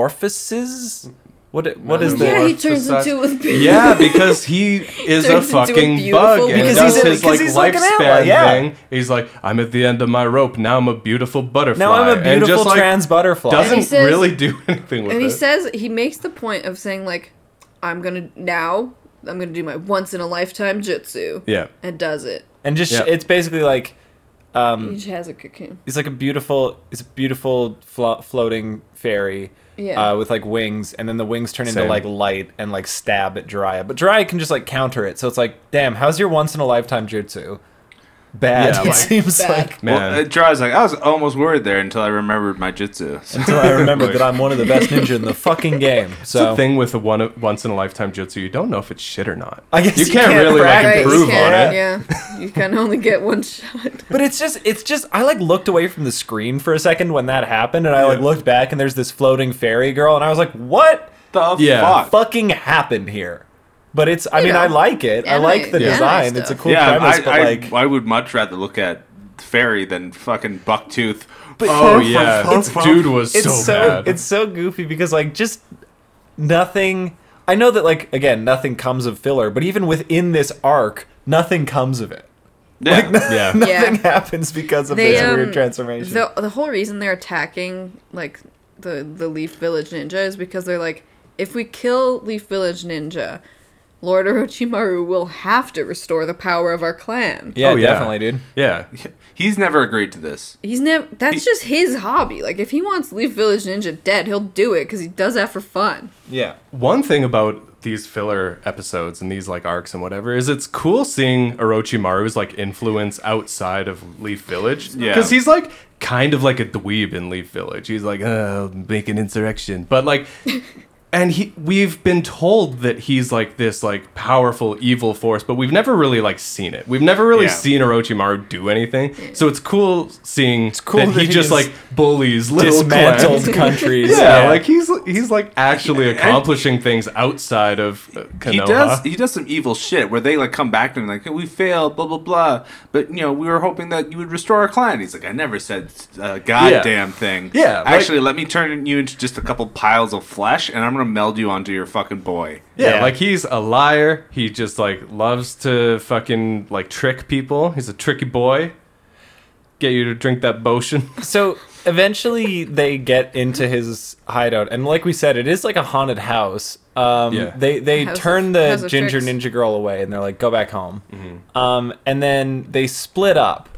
S5: metamorphoses what what is
S3: Metamorph-
S2: yeah,
S5: the
S2: he turns
S3: Society-
S2: into a big
S3: Yeah, because he is a
S2: Turns into a
S3: fucking
S2: beautiful
S3: bug and
S2: Because
S3: does
S5: he's a-
S3: his like
S5: because he's like an
S3: lifespan
S5: ally, yeah.
S3: thing. He's like, I'm at the end of my rope. Now I'm a beautiful butterfly.
S5: now I'm a
S3: and
S5: beautiful
S3: just, like,
S5: trans butterfly.
S3: Doesn't
S2: And he says-
S3: really do anything with
S2: And
S3: it.
S2: he says he makes the point of saying like, "I'm gonna now. I'm gonna do my once in a lifetime jutsu."
S3: yeah.
S2: And does it.
S5: and just
S3: Yeah.
S5: it's basically like Hmm.
S2: He just has a cocoon.
S5: He's like a beautiful, he's a beautiful flo- floating fairy,
S2: Yeah.
S5: uh, with like wings, and then the wings turn into
S3: Same.
S5: like light and like stab at Jiraiya. But Jiraiya can just like counter it, so it's like, damn, how's your once in a lifetime jutsu? Bad.
S3: Yeah,
S5: it
S3: like-
S5: seems
S2: Bad.
S5: like
S3: Man.
S4: Well, it draws like I was almost worried there until I remembered my jutsu. So-
S5: until I remembered that I'm one of the best ninja in the fucking game.
S3: That's
S5: So
S3: the thing with a one once in a lifetime jutsu, you don't know if it's shit or not.
S5: I guess
S3: you
S5: you
S3: can't,
S5: can't
S3: really like
S5: practice.
S3: improve
S2: you can,
S3: on it.
S2: Yeah. You can only get one shot.
S5: But it's just, it's just, I like looked away from the screen for a second when that happened, and I like looked back, and there's this floating fairy girl, and I was like, what
S4: the
S3: Yeah.
S4: fuck.
S5: fucking happened here? But it's, I
S2: You
S5: mean,
S2: know,
S5: I like it. I
S2: anime-
S5: like the
S2: yeah.
S5: design.
S2: anime
S5: It's a
S2: stuff.
S5: cool
S4: yeah,
S5: premise,
S4: I,
S5: but
S4: I,
S5: like,
S4: I would much rather look at fairy than fucking bucktooth. But
S3: Oh yeah, dude was
S5: it's
S3: so,
S5: so,
S3: bad.
S5: it's so goofy because like just nothing. I know that like again, nothing comes of filler, but even within this arc, nothing comes of it.
S4: yeah.
S3: yeah,
S5: Nothing happens because of
S2: They,
S5: this
S2: um,
S5: weird transformation.
S2: The the whole reason they're attacking like the the Leaf Village Ninja is because they're like, If we kill Leaf Village Ninja, Lord Orochimaru will have to restore the power of our clan.
S5: Yeah,
S3: Oh, yeah.
S5: definitely, dude.
S3: Yeah.
S4: He's never agreed to this.
S2: He's never. That's just his hobby. Like if he wants Leaf Village Ninja dead, he'll do it because he does that for fun.
S5: Yeah.
S3: One thing about these filler episodes and these like arcs and whatever is it's cool seeing Orochimaru's like influence outside of Leaf Village.
S4: Yeah.
S3: Because he's like kind of like a dweeb in Leaf Village. He's like, uh, make an insurrection. But like and he we've been told that he's like this like powerful evil force, but we've never really like seen it. We've never really
S4: Yeah.
S3: seen Orochimaru do anything. So it's cool seeing
S5: cool
S3: that,
S5: that
S3: he
S5: he
S3: just
S5: is
S3: like bullies little clans.
S5: Dismantled countries.
S3: Yeah, like he's he's like actually
S4: and-
S3: accomplishing things outside of uh, Konoha.
S4: He does he does some evil shit where they like come back to him like we failed blah blah blah but you know we were hoping that you would restore our client he's like I never said a goddamn thing
S3: Yeah, like-
S4: actually let me turn you into just a couple piles of flesh and I'm gonna meld you onto your fucking boy
S3: yeah,
S5: Yeah.
S3: like he's a liar. He just like loves to fucking like trick people. He's a tricky boy. Get you to drink that potion.
S5: So eventually they get into his hideout, and like we said, it is like a haunted house. Um,
S3: Yeah.
S5: They they
S2: House of-
S5: turn
S2: house
S5: the
S2: of
S5: ginger
S2: tricks.
S5: ninja girl away, and they're like, "Go back home."
S3: Mm-hmm.
S5: Um, and then they split up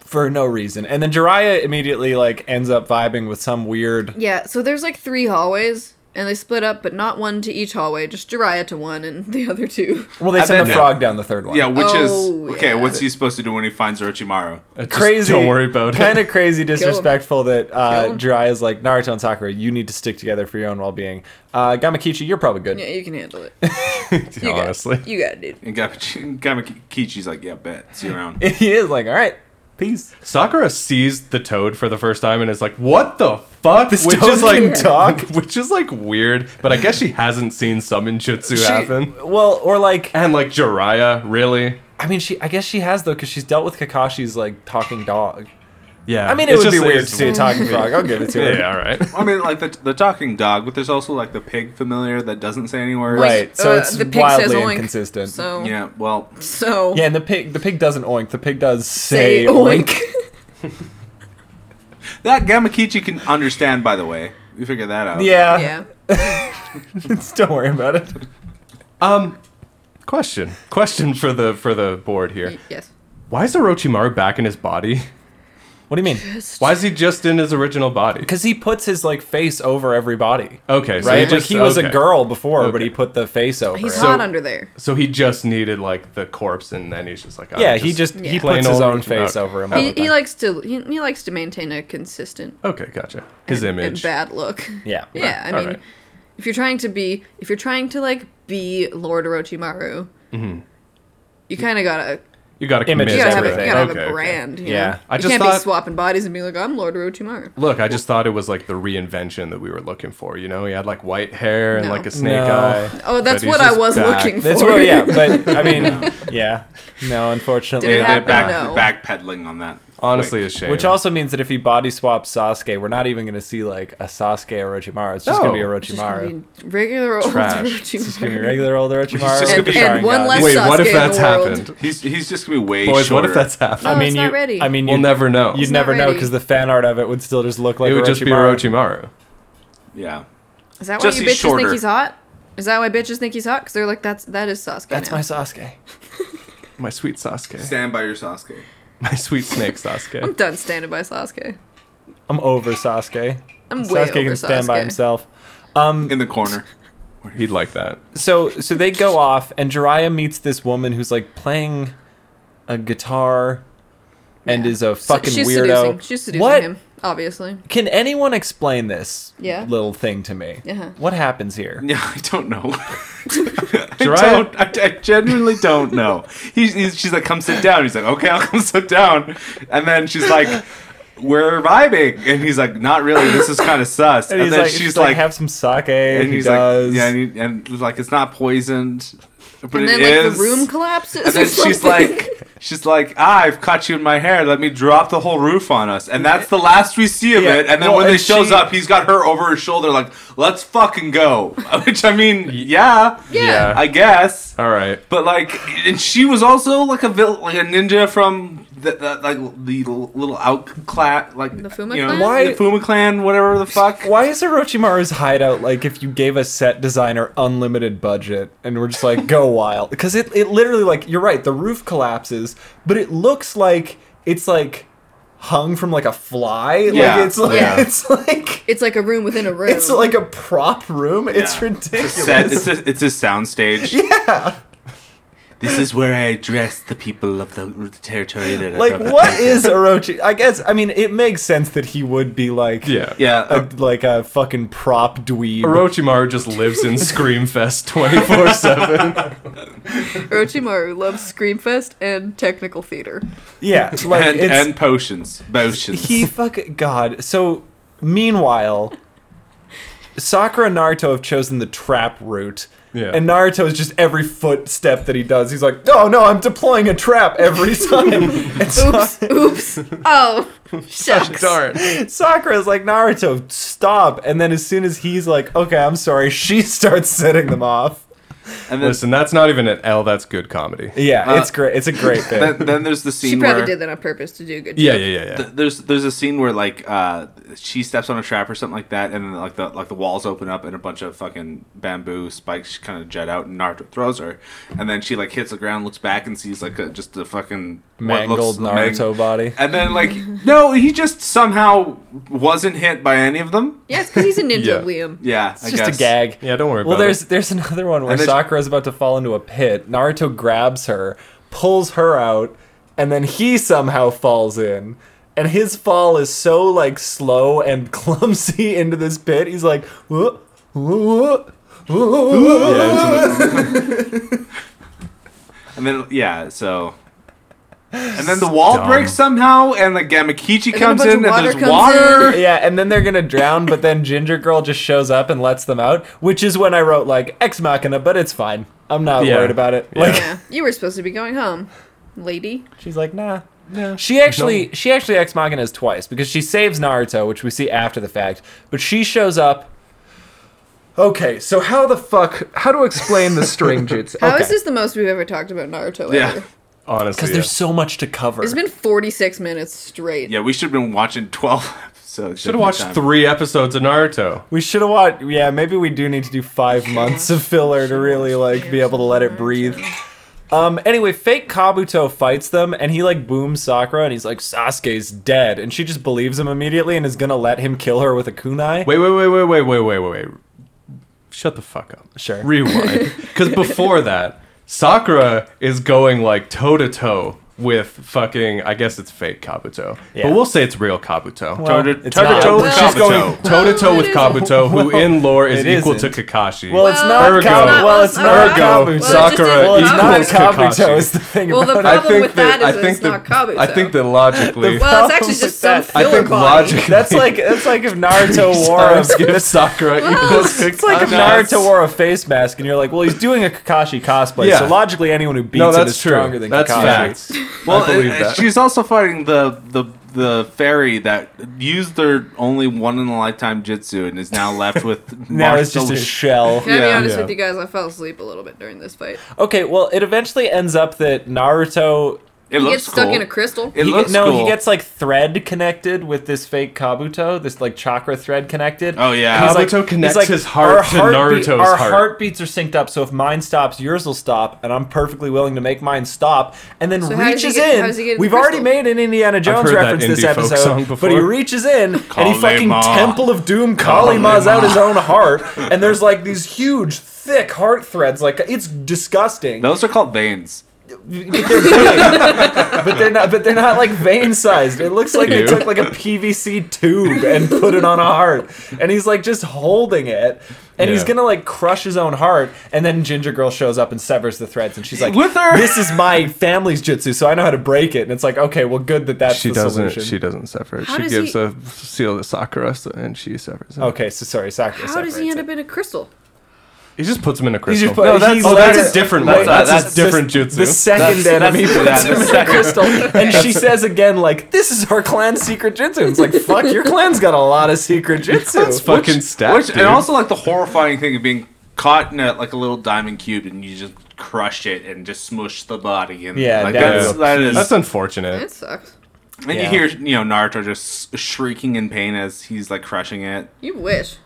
S5: for no reason, and then Jiraiya immediately like ends up vibing with some weird.
S2: Yeah. So there's like three hallways. And they split up, but not one to each hallway, just Jiraiya to one and the other two.
S5: Well, they
S4: I
S5: send
S4: bet-
S5: the frog down the third one.
S4: yeah which
S2: Oh,
S4: is okay
S2: yeah.
S4: what's he supposed to do when he finds Orochimaru
S3: Just
S5: Crazy.
S3: don't worry about it.
S5: Kind of crazy, disrespectful that uh,
S2: Kill 'em.
S5: Jiraiya's like Naruto and Sakura. You need to stick together for your own well-being. Uh, Gamakichi, you're probably good.
S2: Yeah, you can handle it. You got it.
S3: honestly.
S2: you got it, dude.
S4: and Gamachi- Gamakichi's like yeah bet see you around
S5: he is like, all right, peace.
S3: Sakura sees the toad for the first time and is like, "What the fuck?"
S5: This toad can talk?
S3: which is like weird. But I guess she hasn't seen summon jutsu
S5: She-
S3: happen.
S5: Well, or like,
S3: And like Jiraiya, really?
S5: I mean, she. I guess she has though, because she's dealt with Kakashi's like talking dog.
S3: Yeah.
S5: I mean, it
S3: it's
S5: would be
S3: just-
S5: weird to
S3: it's-
S5: see a talking dog. I'll give it to her.
S3: Yeah, all right.
S4: I mean like the, the talking dog but there's also like the pig familiar that doesn't say any words
S5: Right. So
S2: Uh,
S5: it's
S2: the pig says
S5: wildly
S2: oink,
S5: inconsistent.
S2: So,
S4: yeah well
S2: so
S5: Yeah, and the pig. The pig doesn't oink. The pig does say,
S2: say
S5: oink.
S2: oink.
S4: That Gamakichi can understand, by the way. We figured that out.
S5: Yeah.
S2: yeah.
S5: Don't worry about it.
S3: Um, question, question for the for the board here.
S2: Y- Yes.
S3: Why is Orochimaru back in his body?
S5: What do you mean?
S3: Why is he just in his original body?
S5: Because he puts his like face over everybody.
S3: Okay, so
S5: Right,
S3: he
S5: like
S3: just
S5: he was a
S3: okay.
S5: girl before, but
S3: Okay.
S5: he put the face over.
S2: He's
S5: it.
S2: hot under there.
S3: So he just needed like the corpse, and then he's just like, I'm
S5: yeah, he just he
S2: Yeah.
S3: plain
S5: puts his
S3: old
S5: own face
S3: Orochimaru.
S5: over him. all
S2: He,
S5: the
S2: he
S5: time.
S2: likes to he, he likes to maintain a consistent
S3: Okay, gotcha. His
S2: and- and
S3: image.
S2: bad look.
S5: Yeah.
S2: Yeah, I
S3: All
S2: mean,
S3: right.
S2: if you're trying to be if you're trying to like be Lord Orochimaru,
S4: Mm-hmm.
S2: you kind of gotta
S3: You got to commit
S5: Image
S3: to
S2: you
S5: is
S2: gotta, have a, you
S5: everything.
S2: gotta have
S3: Okay,
S2: a
S3: okay.
S2: brand. You
S5: Yeah.
S2: know?
S3: I
S2: you
S3: just
S2: can't
S3: thought-
S2: be swapping bodies and being like, I'm Lord Orochimaru.
S3: Look, I just thought it was like the reinvention that we were looking for. You know, he had like white hair and
S2: No.
S3: like a snake
S5: No.
S3: eye.
S2: Oh, that's
S3: But he's
S2: what I
S3: just
S2: was
S3: back.
S2: looking for.
S5: That's what, yeah, but I mean, yeah, no, unfortunately,
S2: Did
S4: They,
S2: it
S5: that-
S4: are
S2: happen?
S4: back,
S2: No.
S4: backpedaling on that.
S3: Honestly, a shame.
S5: Which also means that if he body swaps Sasuke, we're not even going to see like a Sasuke Orochimaru. It's just
S3: No.
S5: going to be
S2: It's just gonna
S5: Orochimaru.
S2: be regular old
S3: Trash.
S5: It's going to be
S2: Orochimaru.
S5: regular old Orochimaru.
S4: just
S5: with
S4: gonna
S5: the
S4: be-
S5: Sharingan.
S2: And one less-
S3: wait, what if
S2: Sasuke in the
S3: that's
S2: world.
S3: happened?
S4: He's he's just gonna be way
S3: Boys, what
S4: shorter.
S3: if that's happened?
S2: No,
S5: I mean,
S2: it's
S5: you.
S2: not ready.
S5: I mean,
S3: we'll
S5: you.
S3: never know.
S5: You'd
S2: It's
S5: never
S2: not
S5: know
S2: ready.
S5: because the fan art of it would still just look like
S3: it would
S5: Orochimaru.
S3: just be Orochimaru.
S4: Yeah.
S2: Is that why
S4: Just
S2: you
S4: he's
S2: bitches
S4: shorter.
S2: think he's hot? Is that why bitches think he's hot? Because they're like, that's that is Sasuke.
S5: That's
S2: now.
S5: my Sasuke.
S3: My sweet Sasuke.
S4: Stand by your Sasuke.
S3: My sweet snake
S2: I'm
S3: Sasuke.
S2: done standing by Sasuke.
S5: I'm over Sasuke.
S2: I'm way
S5: Sasuke
S2: over
S5: can stand by
S2: Sasuke.
S5: himself.
S4: In the corner.
S3: He'd like that.
S5: So, so they go off, and Jiraiya meets this woman who's like playing a guitar, and is a fucking
S2: she's
S5: weirdo.
S2: Seducing. She's seducing
S5: what?
S2: him, obviously.
S5: Can anyone explain this
S2: Yeah.
S5: little thing to me?
S2: Uh-huh.
S5: What happens here?
S4: Yeah, I don't know. I
S3: Jiraiya-
S4: don't. I, I genuinely don't know. He's, he's she's like, come sit down. He's like, okay, I'll come sit down. And then she's like, we're vibing, and he's like, not really. This is kind of sus. And,
S5: And, he's
S4: then
S5: like,
S4: she's like,
S5: have some sake.
S4: and
S5: he
S4: he's
S5: does.
S4: like, yeah, and, he, and he's like, it's not poisoned, but
S2: and then
S4: it
S2: like
S4: is."
S2: the room collapses.
S4: And then
S2: or
S4: she's
S2: something.
S4: like, she's like, ah, I've caught you in my hair. Let me drop the whole roof on us. And that's the last we see of
S5: Yeah,
S4: it. And then
S5: well,
S4: when they
S5: and
S4: shows
S5: she-
S4: up, he's got her over his shoulder, like, let's fucking go. Which I mean, yeah,
S2: Yeah.
S4: I guess.
S3: All right.
S4: But like, and she was also like a vil- like a ninja from the, the like the little outclass like
S2: The Fuma
S4: you know,
S2: clan?
S5: Why-
S4: the Fuma clan, whatever the fuck.
S5: Why is Orochimaru's hideout like if you gave a set designer unlimited budget and we're just like go wild? Because it, it literally like you're right, the roof collapses, but it looks like it's like hung from like a fly.
S4: Yeah.
S5: Like it's like
S2: Yeah.
S5: it's like
S2: It's like a room within a room.
S5: it's like a prop room. It's
S4: Yeah.
S5: ridiculous.
S4: Set, it's a, it's a soundstage. Yeah. This is where I address the people of the, the territory that I
S5: like
S4: represent.
S5: what is Orochi? I guess I mean it makes sense that he would be like
S3: Yeah.
S4: Yeah, uh,
S5: a, like a fucking prop dweeb.
S3: Orochimaru just lives in Screamfest 24 7.
S2: Orochimaru loves Screamfest and technical theater.
S5: yeah, like
S4: and,
S5: it's,
S4: and potions, potions.
S5: He fuck God. So meanwhile, Sakura and Naruto have chosen the trap route.
S3: Yeah.
S5: And Naruto is just every footstep that he does, he's like, "Oh no, I'm deploying a trap every time." and Sa-
S2: Oops, oops. Oh, shucks.
S3: Darn.
S5: Sakura's like, "Naruto, stop!" And then as soon as he's like, "Okay, I'm sorry," she starts setting them off.
S4: and then,
S3: Listen, that's not even an L, that's good comedy.
S5: Yeah,
S4: Uh,
S5: it's great. It's a great bit.
S4: then, then there's the
S2: She
S4: scene
S2: probably
S4: where
S2: did that on purpose to do a good
S3: Yeah,
S2: job.
S3: yeah, yeah, yeah.
S4: th- there's there's a scene where like uh, she steps on a trap or something like that, and then like the like the walls open up and a bunch of fucking bamboo spikes kind of jet out, and Naruto throws her, and then she like hits the ground, looks back, and sees like a, just a fucking what
S5: Mangled
S4: mang-
S5: Naruto body.
S4: and then like no, he just somehow wasn't hit by any of them.
S2: Yeah, it's because he's a ninja,
S3: Yeah.
S2: Liam.
S4: Yeah,
S5: It's just a gag.
S3: yeah, don't worry
S5: Well,
S3: about
S5: there's
S3: it.
S5: there's another one where
S4: And then-
S5: Sakura's about to fall into a pit. Naruto grabs her, pulls her out, and then he somehow falls in. And his fall is so like slow and clumsy into this pit. He's like, "Whoa, whoa, whoa."
S3: Yeah, into
S4: And then yeah, so. And then the wall breaks somehow, and like Gamakichi
S2: then a
S4: comes
S2: bunch
S4: in,
S2: of
S4: and
S2: water
S4: there's
S2: comes
S4: water.
S5: yeah, and then they're gonna drown, but then Ginger Girl just shows up and lets them out, which is when I wrote like ex machina, but it's fine. I'm not
S3: Yeah.
S5: worried about it.
S3: Yeah.
S5: Like
S2: Yeah, you were supposed to be going home, lady.
S5: She's like, nah. She actually she actually ex machinas twice because she saves Naruto, which we see after the fact, but she shows up. Okay, so how the fuck how to explain the string jutsu?
S2: How is
S5: Okay.
S2: this the most we've ever talked about Naruto
S4: Yeah.
S2: ever?
S3: Honestly.
S5: Because
S3: Yeah.
S5: there's so much to cover.
S2: It's been 46 minutes straight.
S4: Yeah, we should have been watching twelve episodes.
S3: Should have watched three episodes of Naruto.
S5: we should have watched. Yeah, maybe we do need to do five months of filler to really like be able to let it breathe. Um. Anyway, fake Kabuto fights them, and he like booms Sakura, and he's like, "Sasuke's dead," and she just believes him immediately, and is gonna let him kill her with a kunai.
S3: Wait, wait, wait, wait, wait, wait, wait, wait, wait. Shut the fuck up.
S5: Sure.
S3: Rewind. Because before that, Sakura is going like toe to toe with fucking. I guess it's fake Kabuto,
S5: Yeah.
S3: but we'll say it's real Kabuto.
S5: Well,
S4: Toe to-
S5: it's
S4: toe to
S5: not.
S4: toe with
S2: Well,
S3: She's
S4: Kabuto.
S3: going toe to toe with
S2: Well, it
S3: Kabuto, who in lore is
S5: It
S3: equal
S5: isn't.
S3: to Kakashi.
S5: Well, it's not
S3: Ergo.
S5: Kabu- well, it's not
S3: Ergo,
S5: Kabuto.
S3: Sakura
S5: Well, it's not
S3: equals Kakashi.
S5: Kabuto is the thing
S2: Well, the
S5: about
S2: problem with that is that it's not Kabuto.
S3: I think that logically,
S2: Well, it's
S5: problem
S2: actually
S5: with
S2: just some
S5: that-
S3: I
S2: filler
S3: think
S2: body.
S3: logic.
S5: it. That's like that's like if Naruto wore a,
S3: Times
S5: it's
S3: give Sakura equals Kakashi.
S5: like if Naruto wore a face mask and you're like, well, he's doing a Kakashi cosplay,
S3: Yeah.
S5: so logically anyone who beats
S3: No,
S5: him is
S3: that's
S5: stronger
S3: true.
S5: than
S3: That's
S5: Kakashi.
S3: facts.
S4: Well,
S3: I believe
S4: uh,
S3: that.
S4: she's also fighting the the the fairy that used their only one in a lifetime jutsu and is now left with
S5: Now it's just a
S4: martial-
S5: shell.
S2: Can I be
S4: Yeah.
S2: honest
S3: Yeah.
S2: with you guys? I fell asleep a little bit during this fight.
S5: Okay, well, it eventually ends up that Naruto.
S4: it
S2: He
S4: looks
S2: gets stuck
S4: cool.
S2: in a crystal.
S4: It
S5: he-
S4: looks
S5: no,
S4: cool.
S5: he gets like thread connected with this fake Kabuto, this like chakra thread connected.
S4: Oh yeah.
S5: He's
S3: Kabuto connects
S5: he's
S3: his heart
S5: "Our
S3: to
S5: heartbeat-
S3: Naruto's
S5: our
S3: heart."
S5: heartbeats are synced up, so if mine stops, yours will stop, and I'm perfectly willing to make mine stop. And then
S2: So how does he
S5: reaches
S2: get- how
S5: in.
S2: does he get
S5: We've
S2: the
S5: already
S2: crystal?
S5: made an Indiana Jones
S3: heard that
S5: reference this
S3: indie folk song
S5: episode, but
S3: before.
S5: he reaches in and he
S4: Kalima.
S5: fucking Temple of Doom Kalima's out his own heart, and there's like these huge, thick heart threads. Like it's disgusting.
S4: Those are called veins.
S5: But they're big. but they're not. But they're not like vein sized. It looks like they
S3: Ew.
S5: took like a PVC tube and put it on a heart. And he's like just holding it, and he's
S3: Yeah.
S5: gonna like crush his own heart. And then Ginger Girl shows up and severs the threads, and she's like,
S4: With her-
S5: This is my family's jutsu, so I know how to break it." And it's like, okay, well, good that that's
S3: she
S5: the
S3: doesn't.
S5: solution.
S3: She doesn't separate.
S2: How
S3: she
S2: does
S3: gives
S2: he-
S3: a seal to Sakura, so- and she separates. Him.
S5: Okay, so sorry, Sakura.
S2: How does he
S5: separates
S2: end
S5: it.
S2: up in a crystal?
S3: He just puts him in a
S5: He
S3: crystal.
S5: just put-
S4: No, that's-
S5: he
S4: oh,
S5: lets
S4: that's
S5: it-
S4: a different
S5: wait,
S4: one. That's a
S3: different
S5: the-
S3: jutsu.
S5: The second
S4: That's-
S5: enemy
S4: that's-
S5: puts
S4: that's
S5: him in
S4: the
S5: a crystal, and she says again, like, "This is our clan's secret jutsu." And It's like, fuck, your clan's got a lot of secret jutsu.
S3: That's fucking stacked,
S4: Which,
S3: dude.
S4: and also like the horrifying thing of being caught in a, like a little diamond cube, and you just crush it and just smush the body. And
S5: Yeah,
S4: like,
S5: that
S4: that's,
S5: is a
S4: that is.
S3: That's unfortunate.
S2: It sucks.
S4: and
S5: yeah.
S4: you hear you know Naruto just shrieking in pain as he's like crushing it.
S2: You wish.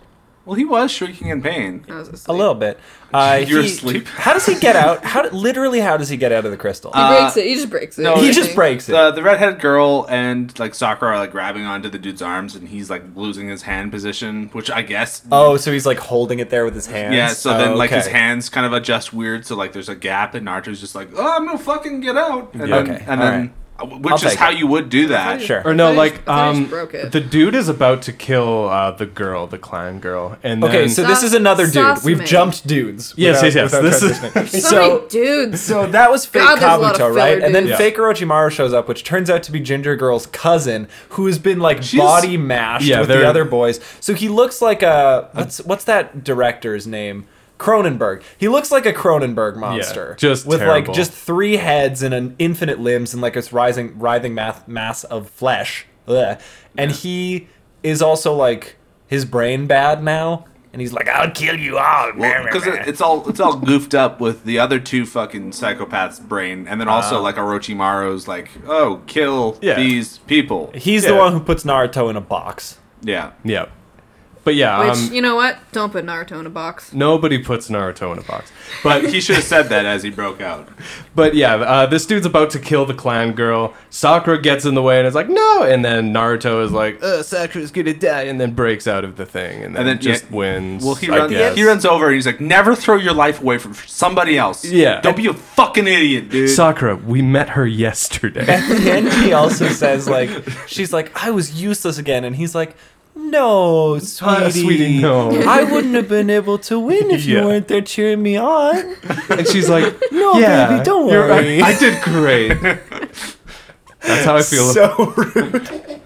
S4: Well, he was shrieking in pain.
S2: I was asleep.
S5: A little bit. Uh,
S4: You're
S5: he-
S4: asleep.
S5: How does he get out? How literally? How does he get out of the crystal?
S2: He
S4: Uh,
S2: breaks it. He just breaks it.
S4: no,
S5: he
S4: I
S5: just breaks it.
S4: Uh, the redheaded girl and like Sakura are like grabbing onto the dude's arms, and he's like losing his hand position, which I guess.
S5: oh, so he's like holding it there with his hands.
S4: Yeah, so
S5: Oh,
S4: then like his
S5: okay.
S4: hands kind of adjust weird, so like there's a gap, and Naruto's just like, "Oh, I'm gonna fucking get out," and
S3: Yeah.
S4: then,
S5: Okay,
S4: and then
S5: I'll
S4: which is
S5: take
S4: how
S5: it.
S4: you would do that.
S5: Sure.
S3: Or no,
S2: I
S3: like
S2: just- I just
S3: um,
S2: broke it.
S3: the dude is about to kill uh, the girl, the clown girl, and then
S5: Okay, so this is
S2: Sas-
S5: another dude. We've
S2: Sasume.
S5: jumped dudes.
S3: Yes, yes, yes, this is-
S5: transitioning.
S2: so, many dudes.
S5: So Oh, that was fake
S2: God, there's a lot of
S5: Kabuto,
S2: filler
S5: right? And then
S2: dudes.
S5: fake Orochimaru shows up, which turns out to be Ginger Girl's cousin, who has been like
S4: She's-
S5: body mashed
S3: Yeah,
S5: with the
S3: they're-
S5: other boys. So he looks like a what's what's that director's name? Cronenberg. He looks like a Cronenberg monster,
S3: just
S5: with
S3: terrible.
S5: like just three heads and an infinite limbs and like this rising, writhing mass mass of flesh. Blech. And he is also like his brain bad now, and he's like, "I'll kill you all."
S4: because it's all it's all goofed up with the other two fucking psychopaths' brain, and then also like Orochimaru's like, "Oh, kill
S3: Yeah.
S4: these people."
S5: He's the
S3: Yeah.
S5: one who puts Naruto in a box.
S4: Yeah,
S3: yeah, but yeah,
S2: Which
S3: um,
S2: you know what? Don't put Naruto in a box.
S3: nobody puts Naruto in a box, but
S4: he should have said that as he broke out.
S3: But yeah, uh, this dude's about to kill the clan girl. Sakura gets in the way and is like, no. And then Naruto is like, uh, Sakura's gonna die. And then breaks out of the thing and then,
S4: And then
S3: just
S4: yeah,
S3: wins.
S4: Well, he
S3: I
S4: runs.
S3: guess.
S4: He runs over and he's like, "Never throw your life away for for somebody else.
S3: Yeah.
S4: don't be a fucking idiot, dude."
S3: Sakura, we met her yesterday.
S5: and he also says like she's like I was useless again, and he's like. No, sweetie.
S3: Uh, sweetie, no."
S5: I wouldn't have been able to win if
S3: Yeah.
S5: you weren't there cheering me on.
S3: and she's like,
S5: No,
S3: yeah,
S5: baby, don't
S3: you're right.
S5: worry.
S3: I, did great. That's how I feel. about
S5: So rude.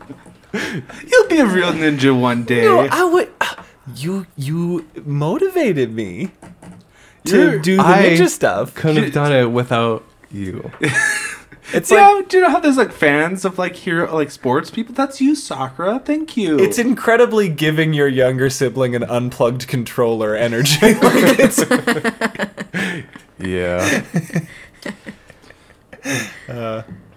S4: You'll be a real ninja one day.
S5: No, I would. uh, You you motivated me to
S3: You're-
S5: do the
S3: I-
S5: ninja stuff.
S3: Couldn't have done it without you.
S5: It's
S4: do, you
S5: like
S4: know, do you know how there's like fans of like hero like sports people? That's you, Sakura. Thank you.
S5: it's incredibly giving your younger sibling an unplugged controller energy. like it's
S3: Yeah.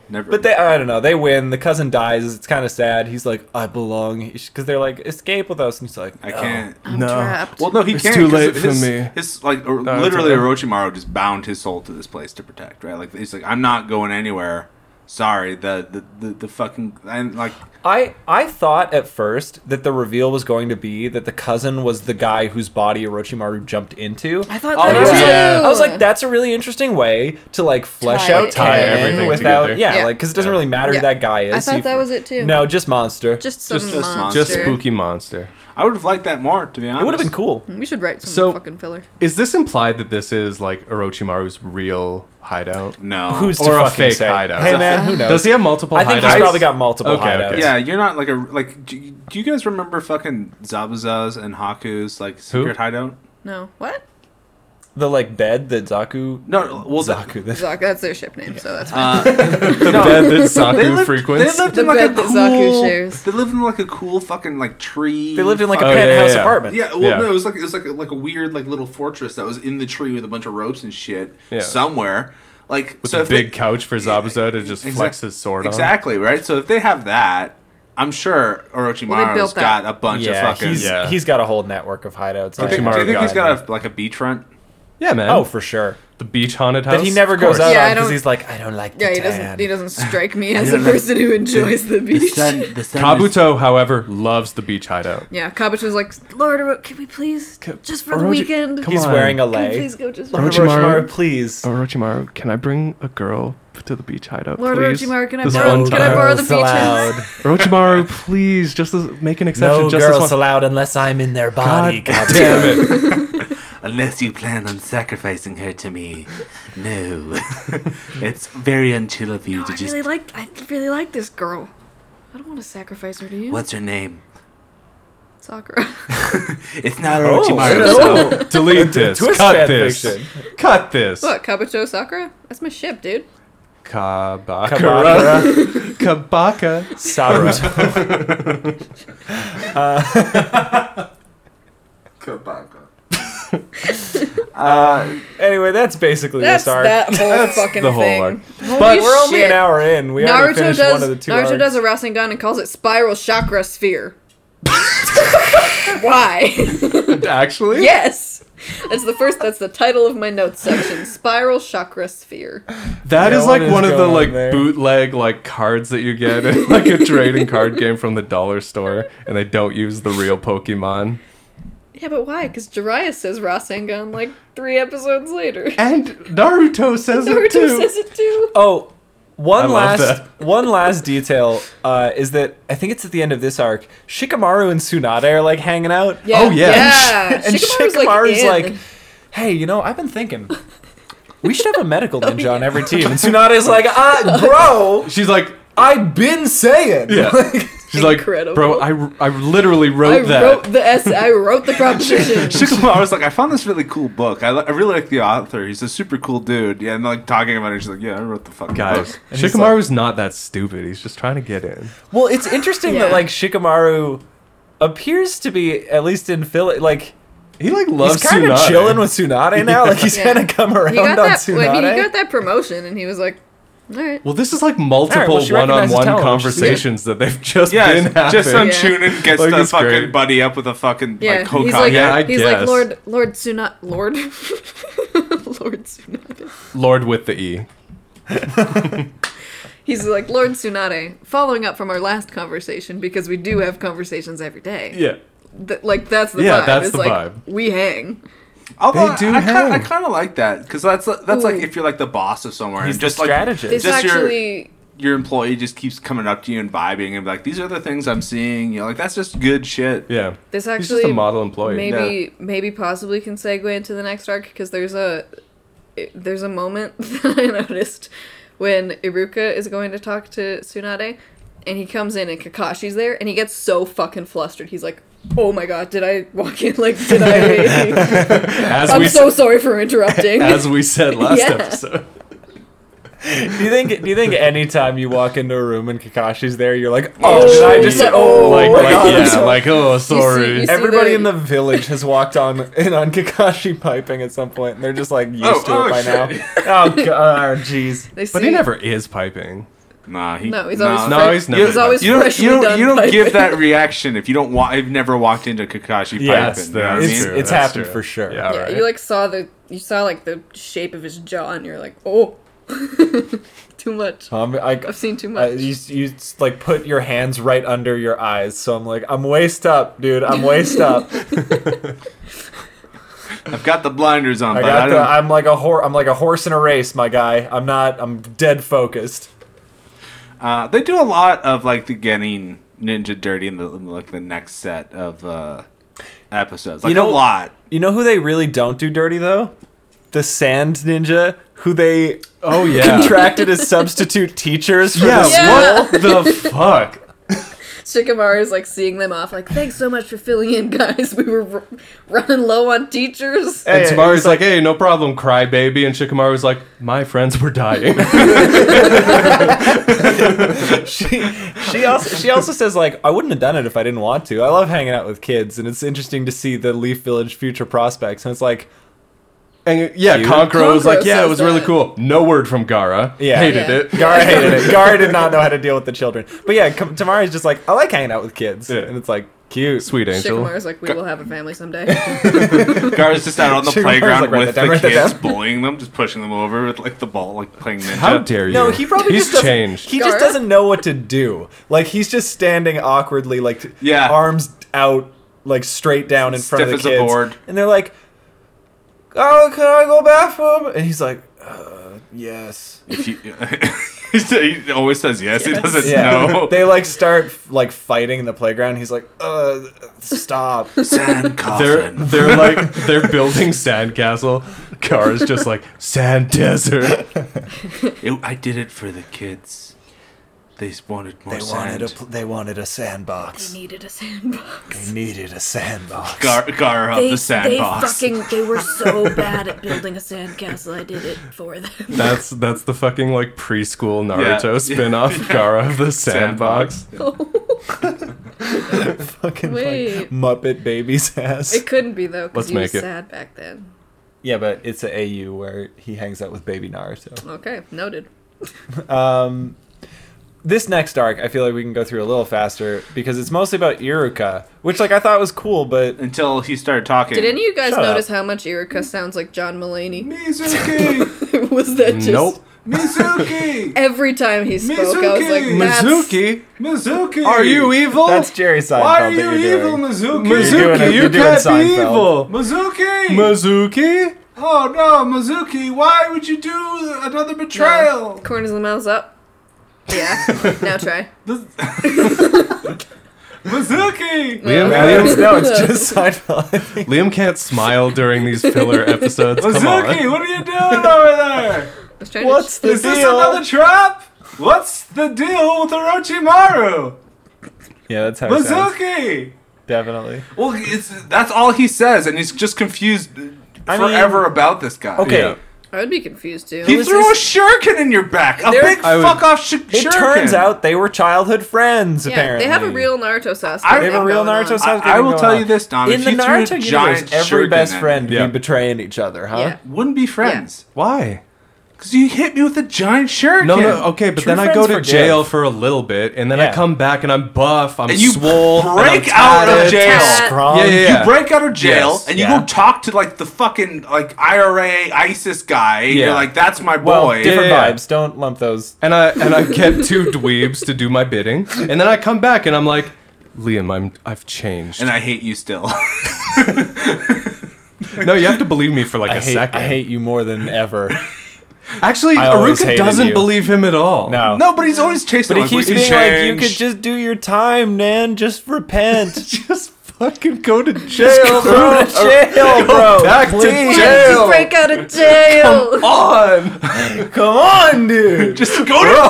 S4: never.
S5: But they, I don't know. They win. The cousin dies. It's kind of sad. He's like, I belong, because they're like, escape with us, and he's like,
S4: I
S5: "No."
S4: can't.
S5: oh.
S2: I'm
S3: No.
S2: trapped.
S4: Well, no, he
S3: It's
S4: can't.
S3: too
S4: 'cause
S3: late for
S4: his,
S3: me. Uh,
S4: His like or,
S3: it's
S4: literally
S3: okay.
S4: Orochimaru just bound his soul to this place to protect, right? Like he's like, I'm not going anywhere. Sorry, the the the, the fucking and like
S5: I I thought at first that the reveal was going to be that the cousin was the guy whose body Orochimaru jumped into.
S2: I thought
S4: Oh,
S2: that
S5: And I was,
S2: too.
S5: like,
S3: Yeah.
S5: I was like, that's a really interesting way to like flesh
S2: Tie
S5: out
S2: it Tie
S5: Tyrion
S3: everything
S5: without,
S3: together.
S5: yeah,
S2: Yeah.
S5: like because it doesn't really matter
S2: Yeah.
S5: who that guy is.
S2: I thought
S5: He-
S2: that was it too.
S5: No, just monster.
S2: just some
S4: just this
S2: monster.
S4: monster.
S3: Just spooky monster.
S4: I would have liked that more, to be honest.
S5: it would have been cool.
S2: We should write some
S3: So-
S2: fucking filler.
S3: Is this implied that this is like Orochimaru's real hideout?
S4: No,
S5: Who's to
S3: Or a
S5: fucking
S3: fake
S5: say?
S3: hideout.
S5: Hey man, who knows?
S3: Does he have multiple
S5: I think
S3: hideouts?
S5: he's probably got multiple
S3: Okay,
S5: hideouts.
S3: okay.
S4: Yeah, you're not like a like. Do you, do you guys remember fucking Zabuza's and Haku's like secret hideout?
S2: No, what?
S5: The like bed that Zaku.
S4: No, well, the-
S5: Zaku. the-
S2: Zaka, that's their ship name, so that's fine.
S4: Uh,
S3: the bed that Saku
S4: they lived,
S3: frequents.
S4: They lived
S2: The
S4: in like a
S2: bed that Zaku
S4: cool.
S2: shares.
S4: They lived in like a cool fucking like tree.
S5: They lived in like a
S3: Oh, yeah,
S5: penthouse
S3: yeah, yeah.
S5: apartment.
S4: Yeah, well,
S3: Yeah.
S4: no, it was like it was like a, like a weird like little fortress that was in the tree with a bunch of ropes and shit
S3: Yeah.
S4: somewhere. Like
S3: with
S4: so
S3: a
S4: if they-
S3: big couch for Zabuza to just
S4: Exact-
S3: flex his sword
S4: exactly right. So if they have that, I'm sure Orochimaru's
S2: Well, they built
S4: got
S2: that.
S4: a bunch of fucking.
S5: he's,
S3: Yeah.
S5: he's got a whole network of hideouts.
S4: do, you think,
S3: Orochimaru
S5: Like,
S4: do you think he's
S5: God,
S4: got a, like a beachfront?
S3: Yeah, man.
S5: Oh, for sure.
S3: the beach haunted house.
S5: That he never
S3: Of
S5: goes
S3: course.
S5: out
S2: Yeah,
S5: on
S2: I
S5: because
S2: don't-
S5: he's like, I don't like the
S2: yeah, he
S5: tan."
S2: doesn't. He doesn't strike me as a
S4: don't know.
S2: person who enjoys the beach.
S4: the
S3: Kabuto, however, loves the beach hideout.
S2: Yeah, Kabuto was like, Lord, Oro- can we please just for the
S3: Orochi-
S2: weekend?
S3: come
S5: He's
S3: on.
S5: wearing a
S2: Can we
S5: lei.
S2: please go just
S5: Lord
S2: for
S3: Orochimaru-
S5: Orochimaru, please.
S3: Oh, Orochimaru, can I bring a girl to the beach hideout,
S2: Lord
S3: please?
S2: Orochimaru, can I
S3: This
S2: borrow-
S3: one
S2: can I
S3: time.
S2: borrow the
S5: girls
S2: beaches?
S5: allowed.
S3: Orochimaru, please, just as, make an exception.
S5: No
S3: just this
S5: girls
S3: one.
S5: allowed unless I'm in their body.
S3: God
S5: God
S3: damn it.
S4: Unless you plan on sacrificing her to me, no. it's very unchill of you
S2: No, I really like. I really like this girl. I don't want to sacrifice her to you.
S4: her name?
S2: Sakura?
S4: It's not
S5: Orochimaru.
S3: Oh, Delete this.
S5: Twist
S3: Cut
S5: fan
S3: this.
S5: fiction.
S3: Cut this.
S2: Look, Kabuto Sakura. That's my ship, dude.
S3: Kabakura.
S5: Kabakura
S3: Kabaka.
S5: Saruto.
S4: Kabaka. Uh,
S5: Anyway, that's basically
S2: That's
S5: this arc.
S2: that whole fucking
S3: the whole
S2: thing.
S3: arc.
S2: Holy
S5: but we're only
S2: shit.
S5: an hour in. We already
S2: Naruto
S5: finished
S2: does
S5: one of the two
S2: Naruto
S5: arcs.
S2: does a Rasengan and calls it Spiral Chakra Sphere. Why?
S3: Actually,
S2: yes. That's the first that's the title of my notes section. Spiral Chakra Sphere.
S3: that
S5: Yeah,
S3: is like
S5: what is
S3: one of the
S5: going
S3: like
S5: there?
S3: bootleg like cards that you get in like a trading card game from the dollar store, and they don't use the real Pokemon.
S2: Yeah, but why? Because Jiraiya says Rasengan like three episodes later.
S3: And Naruto says it
S2: Naruto
S3: too.
S2: says it too.
S5: Oh,
S3: I
S5: one
S3: love
S5: last one last detail uh, is that I think it's at the end of this arc. Shikamaru and Tsunade are like hanging out.
S2: Yeah.
S3: Oh, yeah.
S2: yeah.
S5: and
S2: Shikamaru's,
S5: Shikamaru's
S2: like,
S5: like,
S2: in.
S5: "Hey, you know, I've been thinking." We should have a medical ninja on
S2: yeah.
S5: every team. And Tsunade's like, uh, bro,
S3: She's like,
S5: I've been saying.
S3: yeah. She's
S2: Incredible.
S3: like, bro, I, I literally wrote
S2: I
S3: that.
S2: wrote the essay. I wrote the proposition.
S4: Shikamaru was like, I found this really cool book. I, li- I really like the author. He's a super cool dude. Yeah, and like talking about it, she's like, Yeah, I wrote the fucking
S3: Guys,
S4: book.
S5: And he's
S3: Shikamaru's not that stupid. He's just trying to get in.
S5: Well, it's interesting
S2: Yeah.
S5: that like Shikamaru appears to be at least in Philly. Like
S3: He like
S5: he's
S3: loves
S5: kind of
S3: Tsunade.
S5: chilling with Tsunade now. Like he's
S2: Yeah.
S5: kind of come around
S2: he got
S5: on
S2: that.
S5: Tsunade.
S2: well, he got that promotion, and he was like, "All right."
S3: Well, this is like
S5: All right,
S3: multiple
S5: well, she recognizes
S3: one-on-one
S5: talent.
S3: conversations that they've just
S4: Yeah,
S3: been having.
S4: just some
S2: Yeah.
S4: Chunin gets
S3: Like,
S4: the
S3: it's
S4: fucking
S3: great.
S4: buddy up with a fucking
S2: Yeah,
S4: like Hokage.
S2: he's like,
S3: Yeah, I
S2: he's
S3: guess.
S2: like Lord, Lord Tsunade, Lord, Lord Tsunade.
S3: Lord with the E.
S2: He's like Lord Tsunade. Following up from our last conversation, because we do have conversations every day.
S3: Yeah.
S2: Th- like that's the
S3: Yeah,
S2: vibe.
S3: that's
S2: it's
S3: the
S2: like
S3: vibe.
S2: we hang.
S4: Although
S3: They do
S4: I,
S3: hang.
S4: I kind of like that because that's that's like
S2: Ooh.
S4: if you're like the boss of somewhere
S5: He's
S4: and
S5: the
S4: just like
S5: strategist. It's
S2: This
S4: just your
S2: actually.
S4: your employee just keeps coming up to you and vibing and be like these are the things I'm seeing. You know, like that's just good shit.
S3: Yeah.
S2: This
S3: He's just
S2: actually
S3: a model
S4: Oh,
S3: employee.
S2: Maybe maybe possibly can segue into the next arc because there's a it- there's a moment that I noticed when Iruka is going to talk to Tsunade and he comes in and Kakashi's there and he gets so fucking flustered. He's like, "Oh my god, did I walk in like did I
S3: As
S2: I'm
S3: we
S2: so sorry for interrupting."
S3: as we said last
S2: Yeah.
S3: episode.
S5: do you think? Do you think anytime you walk into a room and Kakashi's there, you're like, oh, did I just say,
S2: yeah.
S5: oh,
S3: like,
S5: my
S3: like,
S5: God, I'm
S3: yeah,
S5: so-"
S3: like, oh, sorry.
S2: you see-
S5: Everybody
S2: the-
S5: in the village has walked on in on Kakashi piping at some point, and they're just like used
S4: Oh,
S5: to
S4: oh,
S5: it by
S4: shit.
S5: now. Oh god, jeez.
S2: They see,
S3: but he never is piping.
S4: Nah, he
S2: No, he's
S4: nah.
S2: always
S3: No,
S2: fre-
S3: he's never
S2: He's always
S4: You don't,
S2: freshly
S4: you don't,
S2: done
S4: you don't
S2: by-
S4: give that reaction if you don't wa- I've never walked into Kakashi
S5: Yeah,
S4: Pipe.
S5: that's
S4: you know what I
S5: It's-
S4: mean?
S5: true. it's happened for sure.
S3: Yeah,
S2: Yeah,
S3: right.
S2: you like saw the you saw like the shape of his jaw and you're like, "Oh." too
S3: Uh,
S2: much.
S5: Um, I,
S2: I've seen too much.
S5: uh, you you like put your hands right under your eyes, so I'm like, I'm waist up, dude. I'm waist up.
S4: I've got the blinders on,
S5: I
S4: but
S5: got
S4: I
S5: the,
S4: don't.
S5: I'm like a horse. I'm like a horse in a race, my guy. I'm not. I'm dead focused.
S4: Uh, they do a lot of like the getting ninja dirty in the like the next set of uh, episodes. Like
S5: You know-
S4: a lot.
S5: You know who they really don't do dirty though? The sand ninja, who they
S3: Oh yeah.
S5: contracted as substitute teachers for
S3: yeah,
S5: this
S2: Yeah.
S3: What the fuck?
S2: Shikamaru is like seeing them off, like, thanks so much for filling in, guys. We were r- running low on teachers.
S3: And
S5: Hey,
S3: Tamaru's like, hey, no problem, cry baby. And Shikamaru's like, my friends were dying.
S5: she she also she also says like I wouldn't have done it if I didn't want to. I love hanging out with kids, and it's interesting to see the Leaf Village future prospects. And it's like,
S3: and yeah,
S5: Cute.
S3: Konkoro was like,
S2: Konkoro
S3: yeah, it
S2: says
S3: was really
S2: that.
S3: cool. No word from Gara.
S5: Yeah.
S3: Hated
S2: Yeah.
S3: it.
S5: Gara hated it. Gara did not know how to deal with the children. But yeah, Kam- Tamari's just like I like hanging out with kids,
S3: Yeah.
S5: and it's like cute.
S3: Sweet angel.
S2: Shikamaru's like, we will have a family someday.
S4: Gar's just out on the
S5: She was
S4: playground
S5: like, write that
S4: with
S5: down,
S4: the
S5: write that
S4: kids,
S5: down.
S4: bullying them, just pushing them over with like the ball, like playing ninja.
S3: How dare you?
S5: No, he probably
S3: He's
S5: just doesn't-
S3: changed.
S5: He just
S2: Gara?
S5: doesn't know what to do. Like he's just standing awkwardly, like
S4: Yeah.
S5: arms out, like straight down in front of the
S4: Stiff as a
S5: kids.
S4: board.
S5: And they're like, "Oh, can I go bathroom?" And he's like, uh, "Yes."
S4: If you- he always says yes. He
S2: Yes.
S4: doesn't
S5: Yeah.
S4: know.
S5: They like start like fighting in the playground. He's like, "Uh, stop."
S4: Sand
S3: They're
S4: coffin.
S3: they're like they're building sandcastle. Gara's just like sand desert.
S4: It- I did it for the kids. They wanted more
S5: They
S4: sand.
S5: wanted a pl- they wanted a sandbox.
S2: needed a sandbox.
S5: They needed a sandbox.
S4: Gar, Gar of the sandbox.
S2: fucking they were so bad at building a sandcastle. I did it for them.
S3: That's that's the fucking like preschool Naruto
S4: Yeah.
S3: spin-off Gara of the sandbox.
S5: Fucking like,
S2: Wait.
S5: Muppet baby's ass.
S2: It couldn't be though,
S3: Let's
S2: because he was
S3: make it.
S2: sad back then.
S5: Yeah, but it's an AU where he hangs out with baby Naruto.
S2: Okay, noted.
S5: Um, this next arc, I feel like we can go through a little faster because it's mostly about Iruka, which like I thought was cool, but
S4: until he started talking.
S2: Did any of you guys
S5: Shut up.
S2: notice how much Iruka sounds like John Mulaney?
S4: Mizuki,
S2: was that just
S3: Nope.
S4: Mizuki,
S2: every time he spoke? I was like,
S4: Mizuki!
S2: that's
S3: Mizuki,
S4: Mizuki.
S3: are you evil?
S5: that's Jerry Seinfeld.
S4: Why are you
S5: that you're
S4: evil,
S5: doing.
S4: Mizuki?
S5: Mizuki, You're doing it.
S3: you
S5: You're doing
S3: can't be evil.
S5: Seinfeld.
S4: Mizuki.
S3: Mizuki?
S4: oh no, Mizuki! Why would you do another
S2: No.
S4: betrayal?
S2: Corners of the mouth's up. Yeah. now try.
S4: This- Mizuki.
S3: Liam,
S5: Yeah, it's-
S3: Liam,
S5: no, it's just Seinfeld. I think.
S3: Liam can't smile during these filler episodes. Come
S4: Mizuki,
S3: on.
S4: what are you doing over
S2: I
S4: there?
S2: was trying
S5: What's
S2: to
S5: the
S4: Is this
S5: deal?
S4: another trap? What's the deal with Orochimaru?
S5: yeah, that's how it sounds.
S4: Mizuki!
S5: Definitely.
S4: Well, it's, that's all he says, and he's just confused
S5: I mean-
S4: forever about this guy.
S5: Okay,
S3: Yeah.
S2: I would be confused too.
S4: He
S5: was
S4: threw
S5: his-
S4: a shuriken in your back. A
S5: There-
S4: big
S3: I would-
S4: fuck off sh-
S5: it
S4: shuriken.
S5: turns out they were childhood friends.
S2: yeah,
S5: apparently,
S2: they have a real Naruto Sasuke.
S4: I- They
S5: They
S4: have
S5: have a real Naruto.
S2: Sasuke.
S5: Sasuke
S4: I
S5: thing
S4: will
S5: going
S4: tell
S5: on.
S4: you this, Dom,
S5: In
S4: if
S5: the
S4: he threw a
S5: Naruto universe,
S4: giant
S5: every
S4: shuriken
S5: best
S4: at me-
S5: friend would
S3: Yeah.
S5: be betraying each other, huh?
S2: Yeah.
S4: Wouldn't be friends.
S3: Why?
S4: Because you hit me with a giant shuriken.
S3: No, no, okay, but
S5: True
S3: then I go
S5: friends
S3: to
S5: forgive.
S3: jail for a little bit, and then I
S5: Yeah.
S3: come back and I'm buff, I'm
S4: And you
S3: swole, and I'm
S4: break out of
S3: tatted.
S4: jail.
S5: Strong.
S3: Yeah, yeah, yeah.
S4: You break out of jail
S3: Yes.
S4: and you
S5: Yeah.
S4: go talk to like the fucking like IRA ISIS guy. and You're
S3: Yeah.
S4: like, that's my
S5: Well,
S4: boy.
S5: different
S3: Yeah, yeah.
S5: vibes. Don't lump those.
S3: And I and I kept two dweebs to do my bidding, and then I come back and I'm like, Liam, I'm I've changed.
S4: and I hate you still.
S3: no, you have to believe me for like a
S5: I hate,
S3: second.
S5: I hate you more than ever.
S3: Actually,
S5: I always
S3: Aruka
S5: hated
S3: doesn't
S5: you.
S3: believe him at all.
S5: No.
S4: no, but he's always chasing.
S5: Oh. But he
S4: like,
S5: keeps
S4: we
S5: being like, you
S4: change."
S5: could just do your time, man. Just repent.
S3: just fucking go to
S5: Go
S3: jail.
S5: to jail, bro.
S3: back to
S5: Please.
S2: Why did you break out of jail?
S3: on,
S5: Come on, dude.
S4: just go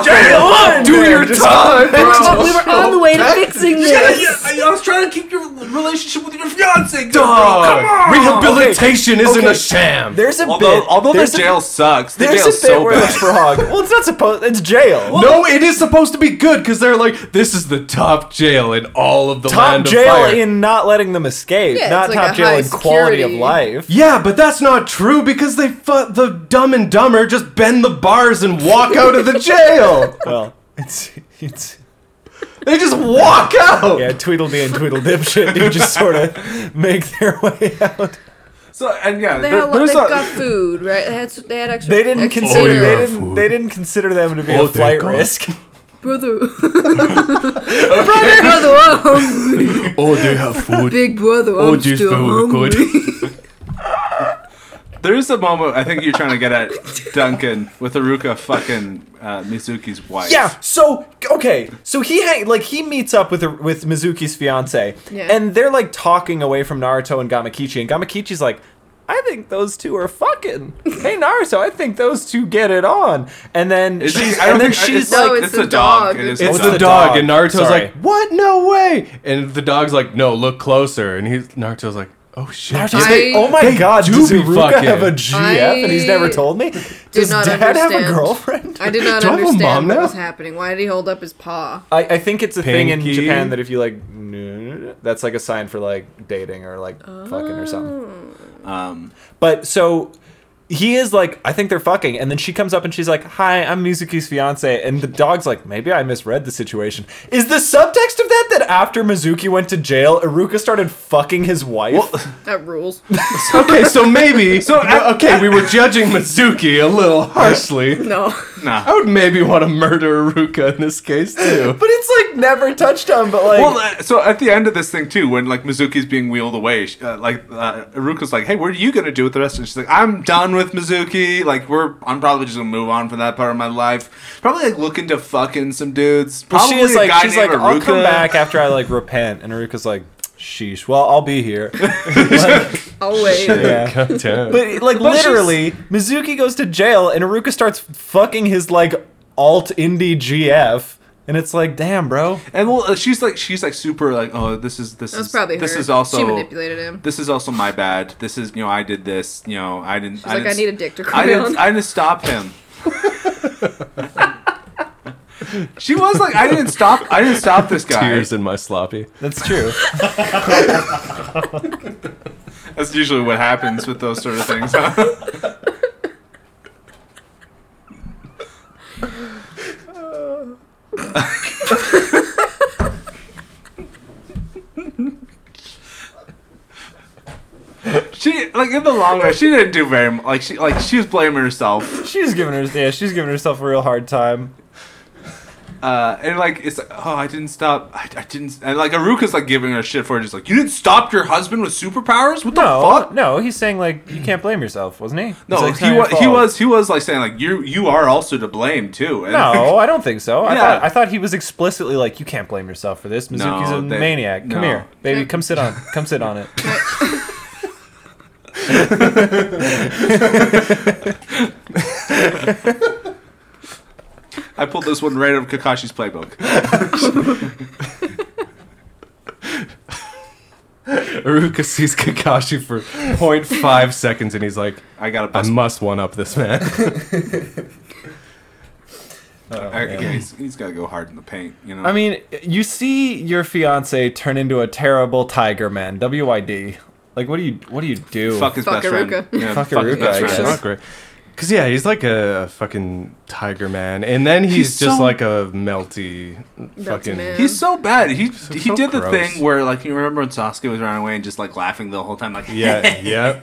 S4: to jail.
S3: do your time.
S2: Oh, we were on the way to fixing this.
S4: I, I was trying to keep your relationship with your fiance. Dog.
S3: Dog.
S4: Come on.
S3: Rehabilitation isn't a
S5: Okay.
S3: sham.
S5: There's a
S4: Although,
S5: bit.
S4: although the
S5: there's a-
S4: jail sucks, the
S5: there's a bit
S4: jail's so
S5: where
S4: bad.
S5: the frog. Well, it's not supposed. It's jail.
S3: no, it is supposed to be good because they're like, this is the top jail in all of the
S5: top
S3: land of
S5: jail
S3: fire.
S5: in not letting them escape.
S2: Yeah,
S5: not
S2: it's like
S5: top
S2: a
S5: jail
S2: high
S5: in quality of
S2: security-
S5: life.
S3: yeah, but that's not true because they fu- the dumb and dumber just bend the bars and walk out of the jail.
S5: Well, it's it's
S3: They just walk out.
S5: yeah. Tweedledee and Tweedledipshit do just sort of make their way out.
S4: So and yeah,
S2: They
S4: there-
S2: had,
S4: there's
S2: they
S4: a,
S2: got food, right? They had, they had extra.
S5: They didn't
S2: extra
S5: consider.
S3: Oh, yeah.
S5: They
S2: dinner.
S5: didn't. They didn't consider them to be
S3: Oh,
S5: a
S3: thank
S5: flight
S3: God.
S5: risk.
S2: brother. brother, brother, I'm hungry.
S3: Oh, they have food.
S2: Big brother, I'm
S3: Oh, geez,
S2: still
S3: food,
S2: hungry.
S4: there's a moment I think you're trying to get at Duncan with Aruka fucking uh, Mizuki's wife.
S5: Yeah. So okay. So he ha- like he meets up with with Mizuki's fiance,
S2: Yeah.
S5: and they're like talking away from Naruto and Gamakichi, and Gamakichi's like. I think those two are fucking. Hey Naruto, I think those two get it on. And then
S4: Is
S5: she's,
S4: it- I don't
S5: and then
S4: think uh,
S5: she's
S4: it's,
S2: No,
S5: like,
S4: like,
S2: it's
S4: it's
S2: the
S4: a dog.
S2: dog.
S4: It is
S3: It's
S5: Oh,
S4: a
S3: the,
S5: it's the
S3: dog.
S5: dog.
S3: and Naruto's
S5: Sorry.
S3: like, "What? No way!" And the dog's like, "No, look closer." And he's Naruto's like, "Oh shit!"
S5: Naruto's
S3: yeah."
S5: like,
S2: I-
S5: oh my
S3: they
S5: god,
S3: do
S5: does
S3: be
S5: Iruka
S3: fucking-
S5: have a GF and he's never
S2: I
S5: told me? Does
S2: not
S5: Dad have a
S2: understand.
S5: girlfriend?
S2: I did not
S3: Do I have a mom
S2: understand what
S3: now?
S2: was happening. Why did he hold up his paw?
S5: I, I think it's a thing in
S3: Pinky.
S5: Japan that if you like, that's like a sign for like dating or like fucking or something.
S4: Um,
S5: But so he is like, I think they're fucking, and then she comes up and she's like, "Hi, I'm Mizuki's fiance," and the dog's like, "Maybe I misread the situation." Is the subtext of that that after Mizuki went to jail, Iruka started fucking his wife?
S2: That rules.
S3: okay, so maybe. So
S4: I-
S3: okay, we were judging Mizuki a little harshly.
S2: No.
S4: nah.
S3: I would maybe want to murder Aruka in this case too.
S5: but it's like never touched on. But like,
S4: Well, uh, so at the end of this thing too, when like Mizuki's being wheeled away, sh uh, like uh, Iruka's like, "Hey, what are you gonna do with the rest?" And she's like, "I'm done with Mizuki. Like, we're I'm probably just gonna move on from that part of my life. Probably like looking to fucking some dudes.
S5: Well,
S4: Probably
S5: she is
S4: a
S5: like,
S4: guy
S5: she's like,
S4: named
S5: I'll come
S4: Iruka."
S5: back after I like repent, and Iruka's like, sheesh. Well, I'll be here.
S2: Always.
S5: Yeah.
S3: God damn.
S5: But like
S4: But she's-
S5: literally, Mizuki goes to jail and Aruka starts fucking his like alt indie GF, and it's like, damn, bro.
S4: And well, uh, she's like, she's like super like, "Oh, this is this
S2: That's
S4: is
S2: probably
S4: this
S2: her.
S4: is also
S2: She manipulated him.
S4: This is also my bad. This is you know I did this. You know I didn't. She's
S2: like,
S4: didn't,
S2: "I need a dick to
S4: I
S2: cry
S4: didn't.
S2: on."
S4: I didn't stop him. she was like, I didn't stop. I didn't stop this guy.
S3: Tears in my sloppy.
S5: That's true.
S4: That's usually what happens with those sort of things. Huh? she like in the long run, she didn't do very mu- like she like she was blaming herself,
S5: She's giving her yeah, she's giving herself a real hard time.
S4: uh, and like it's like oh I didn't stop I, I didn't and like Aruka's like giving her shit for it. Just like you didn't stop your husband with superpowers. What the
S5: No,
S4: fuck?
S5: no, he's saying like you can't blame yourself, wasn't he? He's
S4: No,
S5: like, "It's
S4: he
S5: not your
S4: was he
S5: fault."
S4: was he was like saying like you you are also to blame too. And
S5: No, I don't think so. I,
S4: Yeah.
S5: thought, I thought he was explicitly like, you can't blame yourself for this. Mizuki's a
S4: they-
S5: maniac. Come
S4: no.
S5: here, baby. Come sit on. Come sit on it.
S4: I pulled this one right out of Kakashi's playbook.
S3: Aruka sees Kakashi for 0.5 seconds and he's like,
S4: I got a
S3: I
S4: bus.
S3: must one up this man.
S4: I- yeah, he's, he's got to go hard in the paint, you know.
S5: I mean, you see your fiance turn into a terrible tiger man. WYD. Like, what do you what do you do?
S4: fuck his
S2: Fuck
S4: best
S2: Aruka.
S4: friend. Yeah,
S5: Fuck
S4: his
S5: Aruka,
S4: best
S5: I
S4: friend.
S5: guess.
S3: not great. Cause yeah, he's like a, fucking tiger man, and then he's,
S4: He's
S3: just
S4: so-
S3: like a melty fucking.
S2: man.
S4: He's so bad. He he
S3: so
S4: did the
S3: gross.
S4: thing where like you remember when Sasuke was running away and just like laughing the whole time like
S3: Yeah, yeah.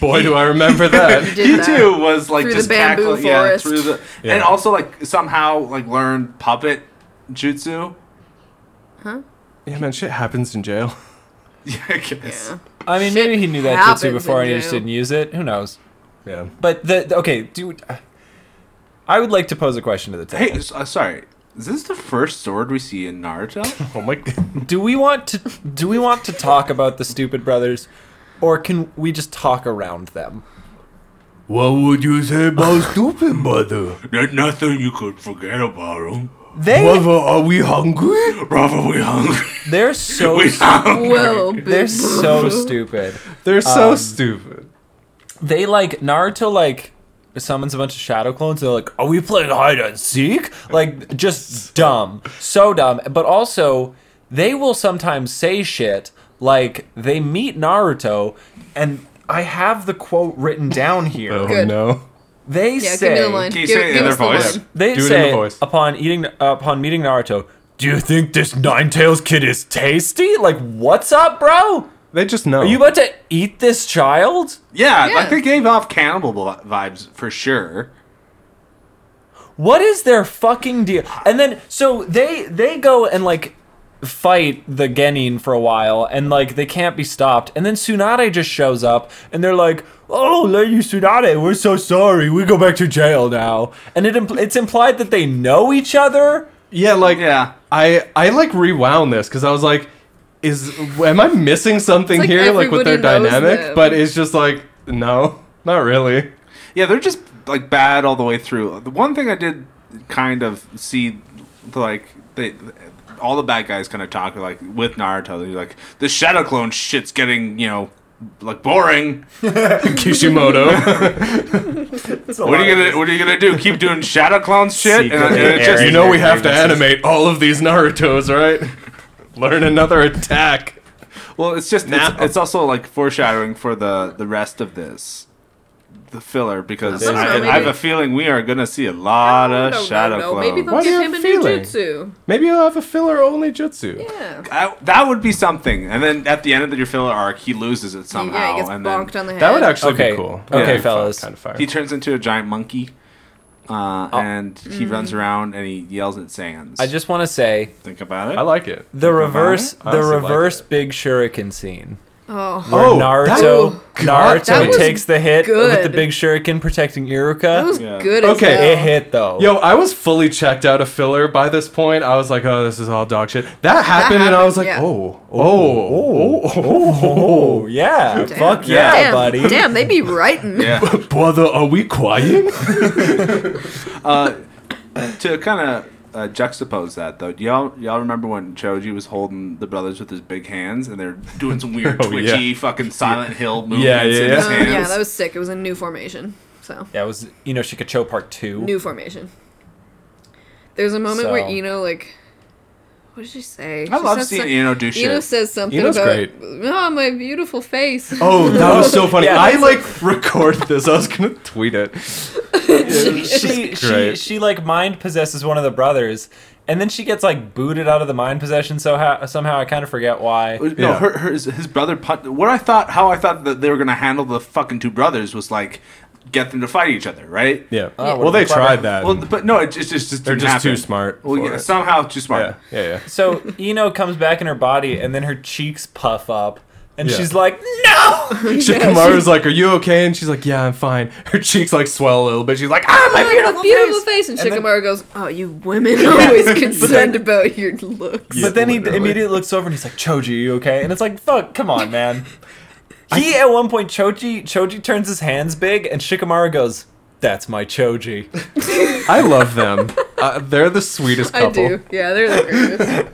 S3: Boy, do I remember that.
S2: Did
S4: He
S2: that.
S4: too was like
S2: Through the
S4: just
S2: bamboo
S4: cackling,
S2: forest.
S4: yeah, through the,
S3: Yeah.
S4: and also like somehow like learned puppet jutsu.
S3: Yeah, man, shit happens in jail.
S4: Yeah, I guess.
S2: Yeah.
S5: I mean, maybe he knew that
S2: happens
S5: jutsu before
S2: in
S5: and he just
S2: jail.
S5: didn't use it. Who knows?
S3: Yeah.
S5: But the the- okay, dude. I would like to pose a question to the
S4: Hey,
S5: table.
S4: s- uh, sorry. Is this the first sword we see in Naruto?
S3: Oh my. God.
S5: Do we want to do we want to talk about the stupid brothers, or can we just talk around them?
S3: What would you say about stupid mother?
S4: There's nothing you could forget about him.
S5: They
S3: are we hungry?
S4: Bravo, we hungry.
S5: they're so
S4: We hungry.
S2: Whoa,
S5: They're
S2: boo-
S5: so stupid.
S3: They're so stupid.
S5: They like Naruto like summons a bunch of shadow clones. They're like, "Are we playing hide and seek?" Like just dumb, so dumb. But also, they will sometimes say shit like they meet Naruto, and I have the quote written down here.
S3: Oh
S2: Good.
S3: no.
S5: They
S2: Yeah,
S5: say
S2: give me the line.
S4: Can you
S2: give,
S4: say it in
S2: give
S4: their
S2: us the
S4: voice?
S2: line.
S5: They
S3: Do it in
S5: say
S3: the voice.
S5: upon eating upon meeting Naruto. Do you think this Nine Tails kid is tasty? Like, what's up, bro?
S3: They just know.
S5: Are you about to eat this child?
S4: Yeah,
S2: Yeah.
S4: like they gave off cannibal vi- vibes for sure.
S5: What is their fucking deal? And then so they they go and like fight the Genin for a while and like they can't be stopped. And then Tsunade just shows up and they're like, "Oh, Lady Tsunade, we're so sorry. We go back to jail now." And it impl- it's implied that they know each other.
S3: yeah, like
S4: Yeah.
S3: I I like rewound this because I was like, is am I missing something
S2: It's like
S3: here? Like with their
S2: everybody knows
S3: dynamic,
S2: them.
S3: but it's just like no, not really.
S4: Yeah, they're just like bad all the way through. The one thing I did kind of see, like they. All the bad guys kind of talk like with Naruto. They're like, "This shadow clone shit's getting, you know, like boring.
S3: Kishimoto.
S4: What are you gonna, what are you gonna do? Keep doing shadow clone shit?" And, and it just,
S3: you know we have to animate all of these Naruto's, right? Learn another attack.
S4: Well, it's just it's,
S3: Now.
S4: it's also like foreshadowing for the the rest of this, the filler because
S2: I don't
S4: I,
S2: know,
S4: I have
S2: maybe-
S4: a feeling we are gonna see a lot
S2: No,
S4: of
S2: no,
S4: shadow
S2: no, no.
S4: clones.
S2: Maybe they'll
S3: Why do you
S2: give
S3: have
S2: him a
S3: a
S2: new
S3: feeling?
S2: jutsu.
S3: Maybe I'll have a filler only jutsu.
S2: Yeah.
S4: I, that would be something. And then at the end of your filler arc, he loses it somehow,
S2: yeah, he gets
S4: and
S2: bonked
S4: then
S2: on the head.
S3: That would actually
S5: Okay.
S3: be cool.
S5: Okay,
S3: That'd be
S5: fellas.
S3: Kind of fire.
S4: he turns into a giant monkey, uh,
S3: Oh.
S4: and he
S2: Mm-hmm.
S4: runs around and he yells at Sans.
S5: I just want to say
S4: think about it.
S3: I like it.
S5: the reverse
S3: I
S5: the
S3: honestly like
S5: reverse
S3: it.
S5: big shuriken scene.
S2: Oh,
S5: Where
S3: Oh, that-
S5: Naruto
S3: God,
S2: that
S5: Naruto
S2: was
S5: takes the hit with the
S2: good.
S5: big shuriken protecting Iruka.
S2: that was
S4: Yeah.
S2: good. As
S3: Okay.
S5: It
S2: hell.
S5: hit though.
S3: Yo, I was fully checked out of filler by this point. I was like, oh, this is all dog shit. That happened, and I was like,
S2: happened, yeah.
S3: oh, oh, oh, oh,
S5: Oh yeah.
S2: Damn.
S5: Fuck yeah,
S2: damn,
S5: buddy.
S2: Damn, they be writing.
S4: yeah.
S3: oh. Brother, are we crying?
S4: to kind of uh, juxtapose that though, do y'all y'all remember when Choji was holding the brothers with his big hands and they're doing some weird
S3: Oh, yeah.
S4: twitchy fucking Silent Hill movements
S3: Yeah, yeah,
S4: in
S3: yeah.
S4: his
S2: Um,
S4: hands?
S2: yeah, that was sick. It was a new formation. So
S5: Yeah, it was Inoshika Cho Part Two.
S2: new formation. There's a moment
S5: So-
S2: where Eno like What did she say?
S4: I
S2: She
S4: love
S2: said
S4: seeing
S2: some-
S4: Eno do shit.
S2: Eno says something
S3: Eno's
S2: about
S3: great.
S2: oh my beautiful face.
S3: Oh, that was so funny.
S5: Yeah,
S3: I
S5: that's
S3: like record this. I was gonna tweet it.
S5: she, she, she,
S3: great.
S5: she like mind possesses one of the brothers, and then she gets like booted out of the mind possession. So how, somehow I kind of forget why.
S4: No,
S3: Yeah.
S4: her, her, his, his brother. Pun- what I thought, how I thought that they were gonna handle the fucking two brothers was like get them to fight each other, right?
S3: Yeah.
S5: Oh,
S3: well, they
S5: clever.
S3: tried that.
S4: Well, but no, it just, it just
S3: They're
S4: didn't
S3: just too
S4: happen.
S3: smart
S4: Well,
S3: for
S4: yeah,
S3: it.
S4: somehow too
S3: yeah,
S4: smart.
S3: yeah, yeah.
S5: So Eno comes back in her body, and then her cheeks puff up, and
S3: Yeah.
S5: she's like, "No!"
S3: Shikamaru's like, "Are you okay?" And she's like, "Yeah, I'm fine." Her cheeks like swell a little bit. She's like, "Ah, my
S2: "Oh,
S3: beautiful,
S2: beautiful
S3: face!"
S2: face. And,
S5: And then-
S2: Shikamaru goes, "Oh, you women are always concerned about your looks."
S3: Yeah.
S5: but then
S3: literally.
S5: he immediately looks over and he's like, "Choji, you okay?" And it's like, "Fuck, come on, man." he at one point Choji Choji turns his hands big, and Shikamaru goes, "That's my Choji."
S3: I love them. Uh, they're the sweetest couple.
S2: I do. Yeah, they're the greatest.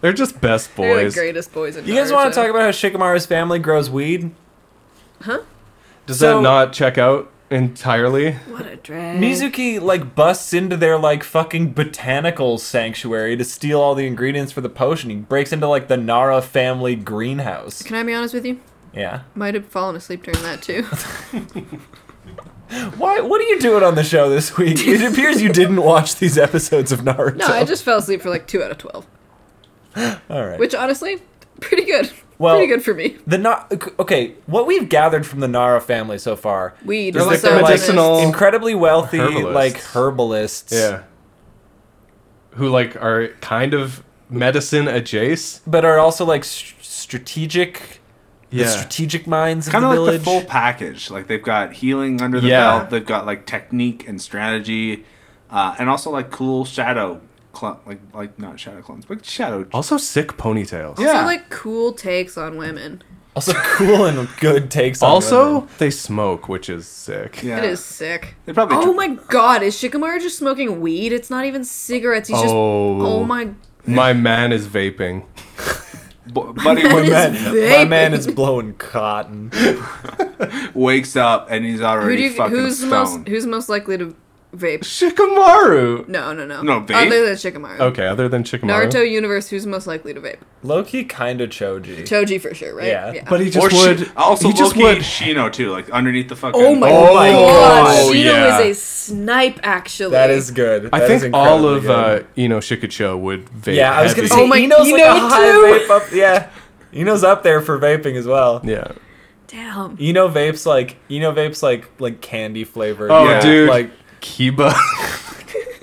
S3: They're just best
S2: they're the
S3: boys.
S2: greatest boys in
S5: You guys
S2: Naruto.
S5: want to talk about how Shikamaru's family grows weed?
S2: Huh?
S3: Does
S5: So-
S3: that not check out entirely?
S2: What a drag.
S5: Mizuki like busts into their like fucking botanical sanctuary to steal all the ingredients for the potion. He breaks into like the Nara family greenhouse.
S2: Can I be honest with you?
S5: Yeah.
S2: Might have fallen asleep during that too.
S5: Why? What are you doing on the show this week? It appears you didn't watch these episodes of Naruto.
S2: No, I just fell asleep for like two out of twelve,
S5: All right.
S2: which honestly, pretty good.
S5: Well-
S2: pretty good for me.
S5: the Nara. Okay, what we've gathered from the Nara family so far,
S2: Weed.
S3: They're
S2: is
S3: like
S2: so
S3: the
S2: honest.
S3: medicinal- All
S5: incredibly wealthy,
S3: herbalists.
S5: like herbalists.
S3: Yeah. Who like are kind of medicine adjacent?
S5: But are also like s strategic.
S3: Yeah.
S5: The strategic minds of
S4: Kind
S5: the
S4: of like
S5: village.
S4: the full package. Like they've got healing under the
S3: Yeah.
S4: belt. They've got like technique and strategy, uh, and also like cool shadow, cl- like like not shadow clones, but shadow.
S2: Oh.
S3: Also, sick ponytails.
S4: Yeah.
S2: Also, like cool takes on women.
S5: also cool and good takes. on
S3: Also,
S5: women.
S3: they smoke, which is sick.
S4: Yeah,
S2: It is sick.
S4: They probably.
S2: Oh
S4: dr-
S2: my god, is Shikamaru just smoking weed? It's not even cigarettes. He's just.
S3: Oh.
S2: Oh my.
S3: My man is vaping.
S4: bu- buddy
S2: That
S5: my
S2: is
S5: man, my
S2: vaping.
S5: man is blowing cotton.
S4: wakes up and he's
S2: Who do
S4: already
S2: you,
S4: fucking
S2: who's
S4: stoned.
S2: most who's most likely to vape?
S3: Shikamaru.
S2: No, no, no.
S4: No, vape?
S2: Other than Shikamaru.
S3: Okay, other than Shikamaru.
S2: Naruto universe, who's most likely to vape?
S5: Loki kind of choji.
S2: Choji for sure, right?
S5: Yeah.
S3: But he just
S4: or
S3: would.
S4: Shi- also
S3: he just
S4: low-key
S3: would.
S4: Shino too, like underneath the fucking.
S2: oh my
S3: Oh my
S2: god,
S3: God.
S2: Shino
S3: Yeah.
S2: is a snipe actually.
S5: that is good.
S3: I
S5: That is
S3: think all
S5: incredibly
S3: of
S5: good.
S3: uh, Ino Shikucho would vape.
S5: Yeah, I was
S3: heavy.
S5: gonna say
S2: Oh my-
S5: Eno's like
S2: Eno
S5: a high
S2: too.
S5: vape up. Yeah, Eno's up there for vaping as well.
S3: Yeah.
S2: damn.
S5: Eno vapes like Eno vapes like like candy flavored.
S3: Oh,
S4: Yeah.
S3: dude.
S5: Like
S3: Kiba.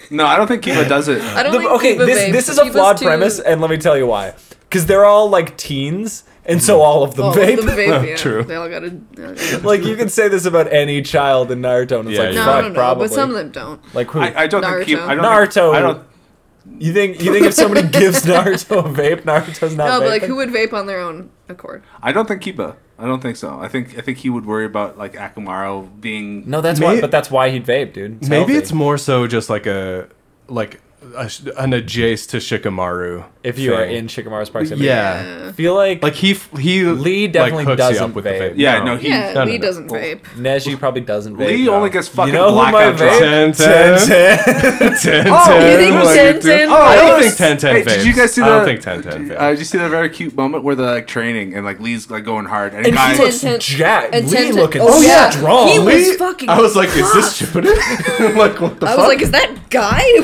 S4: No, I don't think Kiba does it.
S2: I don't
S5: the-
S2: think
S5: okay,
S2: Kiba
S5: this
S2: vapes.
S5: this is a
S2: Kiba's
S5: flawed
S2: too-
S5: premise, and let me tell you why. Because they're all like teens, and
S3: Hmm.
S5: so all of them
S2: All of
S5: vape.
S2: them Oh, vape, yeah.
S3: True.
S2: They all gotta. they all gotta-
S5: like you can say this about any child in Naruto, and it's
S3: Yeah,
S5: like
S3: yeah.
S2: No,
S5: fuck,
S2: no, no.
S5: probably.
S2: But some of them don't.
S5: like who?
S4: I, I don't think Kiba.
S2: Naruto.
S4: I don't
S5: Naruto.
S4: Think, I don't.
S5: you think you think if somebody gives Naruto a vape, Naruto's not.
S2: No,
S5: vaping?
S2: but like, who would vape on their own accord?
S4: I don't think Kiba. I don't think so. I think I think he would worry about like Akamaru being.
S5: No, that's
S3: May-
S5: why. But that's why he'd vape, dude. It's
S3: Maybe
S5: healthy.
S3: it's more so just like a like a, sh- an adjacent to Shikamaru.
S5: if you are
S3: thing.
S5: in Shikamaru's proximity.
S3: Yeah.
S2: Uh,
S5: I feel like,
S3: Like he f- he
S5: Lee
S3: like,
S5: definitely
S3: hooks you
S5: doesn't
S3: up with the
S5: vape.
S3: vape.
S4: Yeah, no, he.
S2: Yeah,
S3: no, no,
S2: Lee
S3: no.
S2: doesn't vape.
S5: Neji probably doesn't vape.
S4: Lee
S5: though.
S4: only gets fucking
S5: You know who might
S4: blackout drunk.
S5: vape?
S3: Ten ten ten.
S2: Oh, you think
S3: like-
S2: Tenten-
S3: Oh, I don't
S2: Hey,
S3: think ten ten.
S4: Hey, did you guys see
S3: I
S4: that?
S3: don't think ten ten.
S4: Uh, did you see that very cute moment where they're like training and like Lee's like going hard and,
S5: And
S4: guy
S5: he looks
S2: Tenten-
S5: jacked.
S2: and
S5: Lee
S2: Tenten-
S5: looking
S2: oh, yeah.
S5: strong.
S2: He was
S5: Lee-
S2: fucking.
S3: I was like, is this Shippuden? like, what the
S2: I
S3: fuck?
S2: was like, is that guy?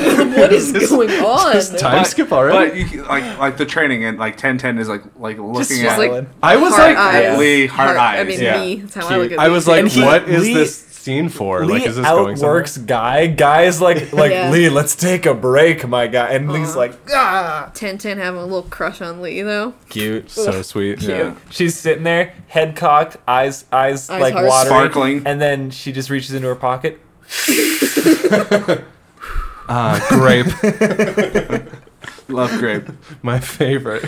S2: what is
S3: This-
S2: going on?
S3: this time skip already.
S4: But you, like like the training and like ten ten is like like looking
S5: just
S4: at
S2: like,
S5: Island.
S3: I was
S2: Hard
S3: like,
S2: eyes.
S4: Yeah. Lee, hard
S2: I
S4: eyes.
S2: mean,
S3: Yeah.
S2: me. That's how I look at
S3: I was
S2: these
S3: like,
S5: And
S2: things.
S5: he-
S3: what is
S5: Lee-
S3: this scene for?
S5: Lee
S3: like, is this going somewhere?
S5: outworks guy. Guy's like, like
S2: Yeah. Uh-huh.
S5: Lee, let's take a break, my guy. And Lee's
S2: Aw.
S5: like, ah,
S2: Tintin having a little crush on Lee though.
S5: cute.
S3: So sweet.
S4: Yeah.
S5: She's sitting there, head cocked, eyes, eyes,
S2: Eyes
S5: like
S2: hard.
S5: watering,
S4: Sparkling.
S5: and then she just reaches into her pocket.
S3: Ah, grape.
S4: love grape.
S3: My favorite.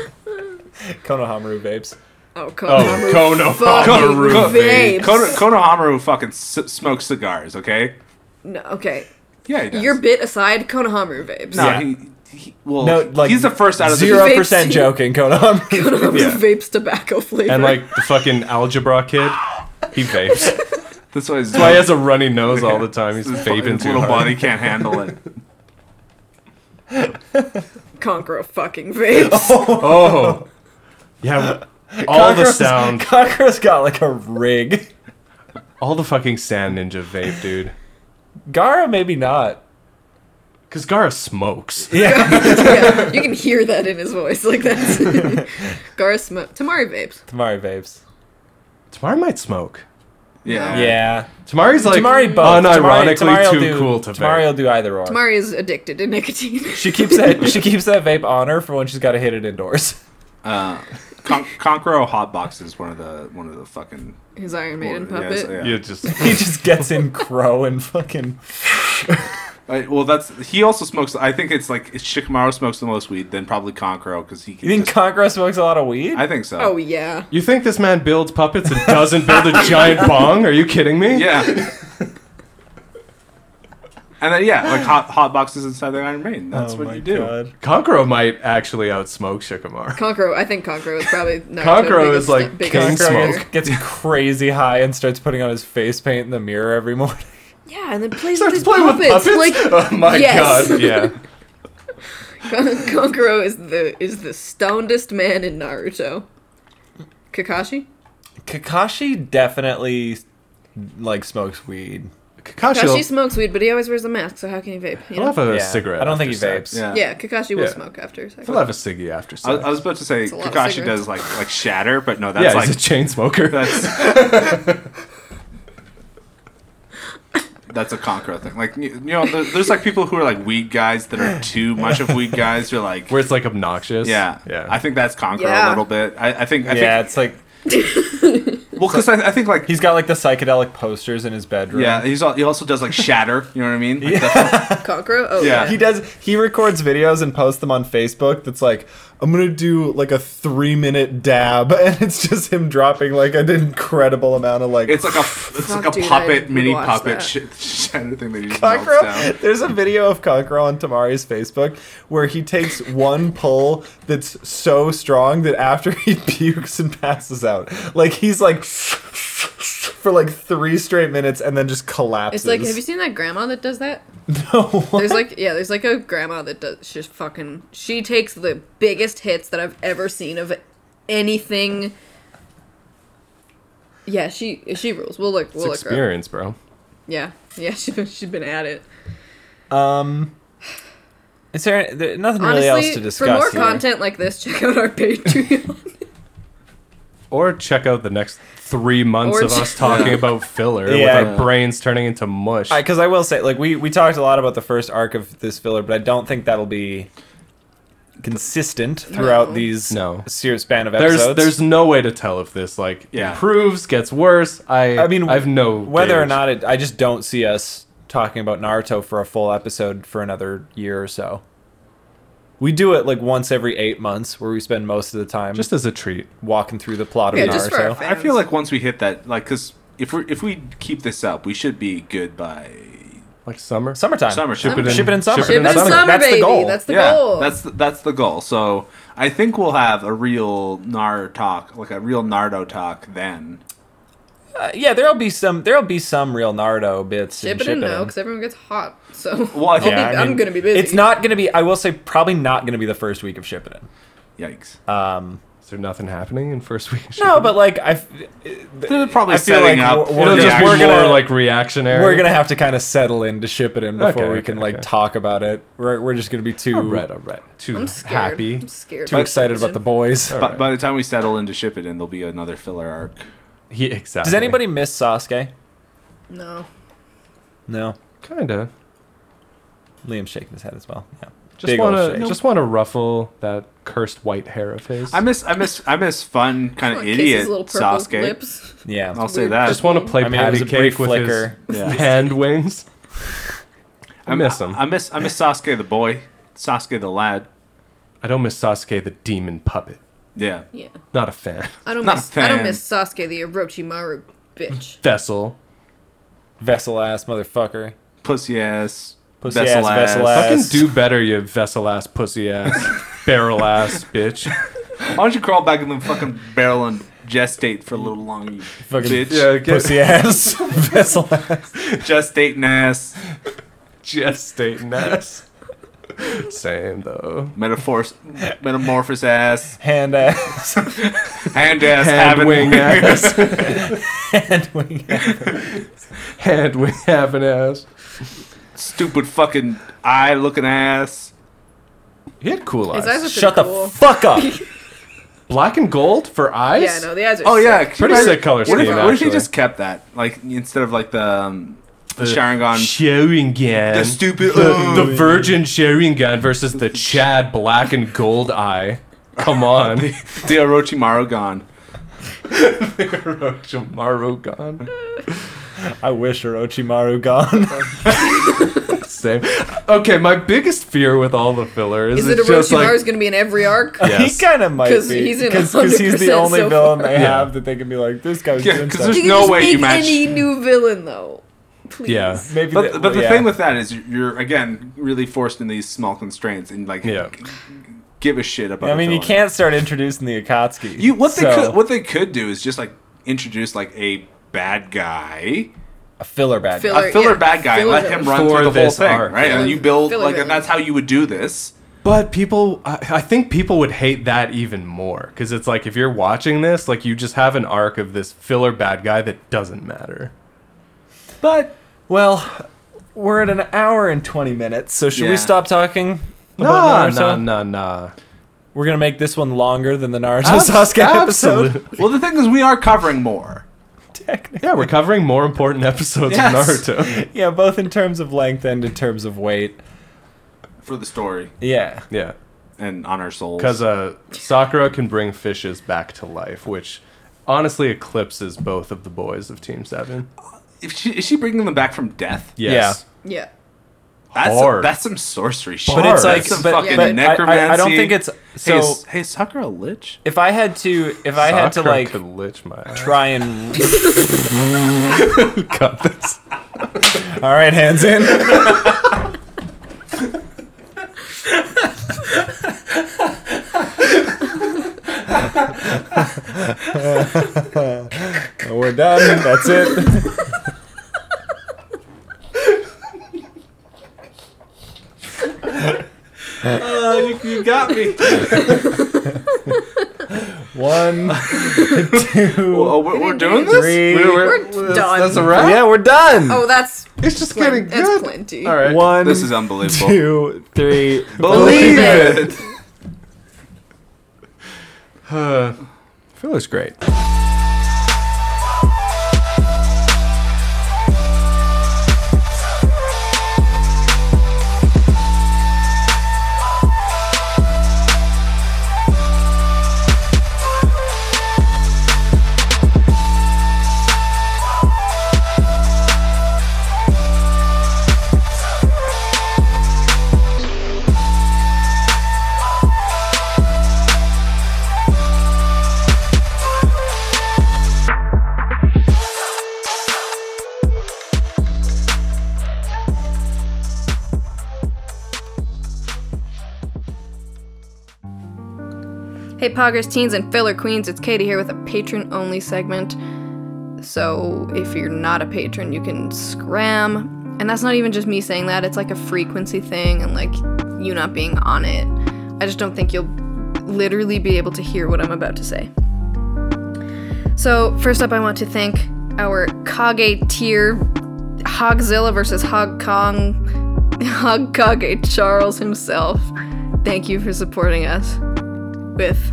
S5: Konohamaru vapes.
S2: Oh, Konohamaru.
S3: Kono Hamaru
S2: Kono-
S3: vape.
S4: Kono, Konohamaru fucking s- smokes cigars. Okay.
S2: No, okay.
S4: Yeah, he does.
S2: Your bit aside, Konohamaru vapes.
S4: no,
S5: Yeah.
S4: he, he well,
S5: No, like
S4: he's the first out of the
S5: zero
S2: Vapes.
S5: percent joking. Konohamaru.
S2: Konohamaru
S4: Yeah.
S2: vapes tobacco flavor.
S3: And like the fucking algebra kid, he vapes. That's
S4: This why
S3: why he has a runny nose all the time. He's vaping too
S4: little
S3: hard.
S4: body can't handle it.
S2: Conquer a fucking face.
S3: Oh, yeah. All the
S5: Cockroach-
S3: sound,
S5: Cockroach got like a rig.
S3: all the fucking sand ninja vape, dude.
S5: Gara, maybe not.
S3: Cause Gara smokes.
S2: yeah, you can hear that in his voice. Like that's Gara smoke. Tamari vapes.
S5: Tamari vapes.
S3: Tamari might smoke.
S4: Yeah.
S5: Yeah.
S3: Tamari's like
S5: Tamari both.
S3: unironically
S5: Tamari, Tamari'll
S3: too
S5: do,
S3: cool to
S5: Tamari will
S3: vape.
S5: do either or.
S2: Tamari is addicted to nicotine.
S5: She keeps that. she keeps that vape on her for when she's got to hit it indoors.
S4: Uh, Con- Conqueror Hotbox is one of the one of the fucking.
S2: His Iron Maiden
S4: Yeah,
S2: puppet.
S4: yeah.
S3: You just
S5: He just gets in crow and fucking.
S4: I- well, that's he also smokes. I think it's like Shikamaru smokes the most weed, then probably Conqueror because he. Can
S5: You think
S4: just-
S5: Conqueror smokes a lot of weed?
S4: I think so.
S2: Oh yeah.
S3: You think this man builds puppets and doesn't build a giant bong? Are you kidding me?
S4: Yeah. and then yeah, like hot hot boxes inside the Iron Maiden. That's
S5: Oh
S4: what
S5: my
S4: you do.
S5: God.
S3: Conquero might actually outsmoke Shikamaru.
S2: Conqueror, I think Conqueror is probably not
S3: Conqueror is like king
S5: Conqueror
S3: smoke.
S5: gets, gets crazy high and starts putting on his face paint in the mirror every morning.
S2: Yeah, and then plays with
S3: Starts
S2: his
S3: playing with
S2: puppets.
S3: puppets.
S2: Like
S3: oh my
S2: yes.
S3: god! Yeah.
S2: Con- Conqueror is the is the stonedest man in Naruto. Kakashi.
S5: Kakashi definitely like smokes weed.
S3: Kakashi.
S2: Kakashi
S3: will-
S2: smokes weed, but he always wears a mask, so how can he vape? You
S3: He'll
S2: know?
S3: Oh, have a
S5: Yeah.
S3: cigarette.
S5: I don't think he
S3: after
S5: vapes.
S3: sex.
S4: Yeah.
S2: Yeah, Kakashi will
S3: Yeah.
S2: smoke after. sex.
S3: He'll have a ciggy after
S4: I,
S3: sex.
S4: I was about to say
S2: a lot of
S4: Kakashi
S2: cigarettes.
S4: does like like shatter, but no, that's
S3: yeah,
S4: like
S3: he's a chain smoker.
S4: that's that's a Conqueror thing. Like you, you know, there- there's like people who are like weed guys that are too much of weed guys. Who are like,
S3: Where it's like obnoxious.
S4: yeah,
S3: Yeah.
S4: I think that's Conqueror
S2: Yeah.
S4: a little bit. I, I think. I
S5: yeah,
S4: Think,
S5: it's like
S4: well, because I, I think like
S5: he's got like the psychedelic posters in his bedroom.
S4: yeah, he's al- he also does like shatter. You know what I mean? Like, that's-
S2: Conqueror. Oh
S4: Yeah.
S2: yeah.
S5: He does. He records videos and posts them on Facebook. That's like, I'm gonna do like a three minute dab, and it's just him dropping like an incredible amount of like.
S4: It's like a it's
S2: Fuck,
S4: like a
S2: dude, I
S4: puppet
S2: would
S4: mini
S2: watch
S4: puppet
S2: that.
S4: shit shatter thing that he just melts
S5: Conqueror.
S4: down.
S5: There's a video of Conqueror on Tamari's Facebook where he takes one pull that's so strong that after he pukes and passes out, like he's like for like three straight minutes and then just collapses.
S2: It's like, have you seen that grandma that does that?
S5: no.
S2: There's like, yeah, there's like a grandma that does. She's fucking. She takes the biggest hits that I've ever seen of anything. Yeah, she she rules. We'll look.
S3: It's
S2: We'll look her up.
S3: experience, bro.
S2: Yeah, yeah, she's been she's been at it.
S5: Um, is there, there nothing
S2: Honestly,
S5: really else to discuss?
S2: for more
S5: here.
S2: content like this, check out our Patreon.
S3: Or check out the next three months
S2: Or
S3: of
S2: ch-
S3: us talking about filler
S5: Yeah.
S3: with our brains turning into mush.
S5: Because I will say, like we we talked a lot about the first arc of this filler, but I don't think that'll be consistent throughout
S2: No.
S5: these
S3: No.
S5: series span of
S3: there's
S5: episodes.
S3: there's no way to tell if this like
S4: Yeah.
S3: improves, gets worse. I
S5: I mean,
S3: I've no
S5: whether or
S3: gauge.
S5: not it. I just don't see us talking about Naruto for a full episode for another year or so. We do it like once every eight months, where we spend most of the time
S3: just
S5: just
S3: as a treat.
S5: walking through the plot of
S2: Yeah,
S5: Naruto.
S2: just for our
S4: I feel like once we hit that, like, because if we if we keep this up, we should be good by
S3: Like summer.
S5: Summertime.
S4: summer.
S5: Ship
S4: Ship
S5: it in,
S4: it
S5: ship it in summer.
S3: Ship it in
S2: Ship it in summer,
S5: That's
S2: baby.
S5: the goal.
S2: That's the
S4: yeah,
S2: goal.
S4: that's the, that's the goal. So I think we'll have a real Nar talk, like a real Nardo talk then.
S5: Uh, yeah, there'll be some there'll be some real Naruto bits.
S2: Ship
S5: and
S2: it in
S5: ship
S2: now, because everyone gets hot. So
S4: Well, I
S2: I'll be,
S4: think
S5: Yeah, I
S2: I'm
S5: mean,
S2: gonna be busy.
S5: It's not gonna be. I will say probably not gonna be the first week of shipping.
S4: yikes.
S5: Um,
S3: Is there nothing happening in first week?
S5: no, but like I, f-
S4: They're probably
S5: I feel
S4: setting
S5: like
S4: up.
S5: we're-
S3: it'll
S5: we're
S3: just
S5: we're
S3: be more
S5: gonna-
S3: like reactionary.
S5: we're gonna have to kind of settle into shipping before
S3: Okay,
S5: we can
S3: okay,
S5: like
S3: okay.
S5: talk about it. We're we're just gonna be too
S3: all right, all right. Too
S2: I'm scared.
S3: happy.
S2: I'm scared.
S5: too excited about the boys.
S3: All
S4: But
S3: right.
S4: by the time we settle into ship it in, there'll be another filler arc.
S3: He, exactly.
S5: Does anybody miss Sasuke?
S2: No.
S5: No,
S3: kinda
S5: Liam's shaking his head as well. Yeah,
S3: just
S5: Big old
S3: want
S5: shake.
S3: to just want to ruffle that cursed white hair of his?
S4: I miss, I miss, I miss fun kind
S2: Come
S4: of
S2: on, kiss
S4: idiot
S2: his little purple
S4: Sasuke.
S2: lips.
S5: yeah.
S4: I'll say
S2: Weird.
S4: that.
S3: just want to play
S5: I mean, it was
S3: patty
S5: a brief
S3: cake with
S5: flicker.
S3: his
S4: Yeah.
S3: hand wings. I miss him.
S4: I miss I miss Sasuke the boy, Sasuke the lad.
S3: I don't miss Sasuke the demon puppet.
S4: Yeah.
S2: Yeah.
S3: Not a fan.
S2: I don't
S4: Not a
S2: miss I don't
S4: fan.
S2: miss Sasuke the Orochimaru bitch.
S3: Vessel.
S5: Vessel ass motherfucker.
S4: Pussy ass.
S5: Pussy ass, vessel
S3: Fucking
S5: ass.
S3: do better, you vessel ass, pussy ass, barrel ass, bitch.
S4: Why don't you crawl back in the fucking barrel and gestate for a little longer, you
S5: Fucking-
S4: bitch?
S3: Yeah, get
S5: Pussy ass. Vessel ass.
S4: Gestating ass.
S3: gestating ass. Same though.
S4: Metaphors, metamorphosis ass,
S5: Hand ass.
S4: hand
S3: Hand
S4: ass, having-
S3: wing ass.
S5: Hand wing ass.
S3: Hand wing having ass.
S4: stupid fucking eye looking ass.
S3: He had cool eyes.
S2: His eyes are pretty
S5: Shut
S2: cool.
S5: the fuck up.
S3: Black and gold for eyes.
S2: Yeah, no, the eyes are.
S4: Oh yeah,
S2: sick.
S3: Pretty sick color
S4: What if,
S3: scheme,
S4: what if he
S3: actually.
S4: just kept that, like instead of like the, um, the Sharingan,
S3: Sharingan.
S4: the stupid, uh,
S3: the, the Virgin Sharingan versus the Chad Black and Gold Eye. Come on.
S4: the Orochimaru gone.
S3: Jamaru gone.
S5: I wish Orochimaru gone.
S3: Same. Okay, my biggest fear with all the filler is,
S2: Is it
S3: it's just
S2: Orochimaru's
S3: like
S2: going to be in every arc?
S3: Yes.
S5: He kind of might
S2: 'Cause
S5: be.
S2: he's in
S5: Because he's the
S2: 100%
S5: only
S2: so
S5: villain they
S3: far.
S5: have that they can be like, this guy's
S4: Yeah,
S5: doing
S4: 'cause
S5: stuff.
S4: there's-
S2: You can
S4: no
S2: just
S4: way
S2: make
S4: you match-
S2: any new villain though. Please.
S3: Yeah.
S5: Maybe
S4: But, but the
S5: yeah.
S4: thing with that is you're- you're again really forced in these small constraints and like
S3: Yeah.
S4: give a shit about.
S5: I
S4: the
S5: mean, you
S4: villain.
S5: can't start introducing the Akatsuki.
S4: You what they
S5: so-
S4: could what they could do is just like introduce like a bad guy,
S5: a filler bad guy.
S2: Filler-
S4: a filler
S2: yeah,
S4: bad guy, and
S2: filler
S4: let him
S2: villain.
S3: For
S4: run through the whole
S3: this
S4: thing,
S3: arc,
S4: right?
S2: yeah.
S4: And you build
S2: Filler
S4: like
S2: villain.
S4: that's how you would do this.
S3: But people, I, I think people would hate that even more because it's like if you're watching this, like you just have an arc of this filler bad guy that doesn't matter.
S5: But well, we're at an hour and twenty minutes, so should
S4: Yeah.
S5: we stop talking?
S3: Nah,
S5: about Naruto?
S3: nah, nah, nah.
S5: We're gonna make this one longer than the Naruto
S3: Abs-
S5: Sasuke
S3: absolutely.
S5: episode.
S4: Well, the thing is, we are covering more.
S5: Technically.
S3: Yeah, we're covering more important episodes
S4: Yes.
S3: of Naruto.
S5: Yeah, both in terms of length and in terms of weight.
S4: for the story
S5: Yeah.
S3: Yeah,
S4: and on our souls.
S3: because uh, Sakura can bring fishes back to life, which honestly eclipses both of the boys of Team Seven.
S4: if she, is she bringing them back from death?
S3: Yes.
S2: Yeah.
S4: that's
S3: hard.
S4: that's some sorcery shit.
S5: But it's like,
S4: that's some
S5: but,
S4: fucking
S5: but I-
S4: necromancy.
S5: I, I don't think it's so.
S4: hey, is, hey, is Sakura a lich?
S5: if I had to, if I had to
S3: Sakura
S5: like
S3: could lich my ass.
S5: try and cut this. All right, hands in. We're done. That's it.
S4: you, got me.
S5: One,
S4: oh,
S5: two,
S4: we're, we're doing this.
S5: three.
S2: We're done.
S3: That's a wrap.
S5: yeah, we're done.
S2: Oh, that's
S3: It's just
S2: plen-
S3: getting
S2: that's
S3: good.
S2: plenty.
S3: All right.
S5: One,
S4: This is unbelievable.
S5: two, three.
S4: Believe
S2: it.
S4: it.
S3: Uh, Filler's great.
S2: Hey, Poggers, teens, and filler queens, it's Katie here with a patron only segment. So, if you're not a patron, you can scram. And that's not even just me saying that, it's like a frequency thing and like you not being on it. I just don't think you'll literally be able to hear what I'm about to say. So, first up, I want to thank our Kage tier Hogzilla versus Hog Kong, Hog Kage Charles himself. Thank you for supporting us with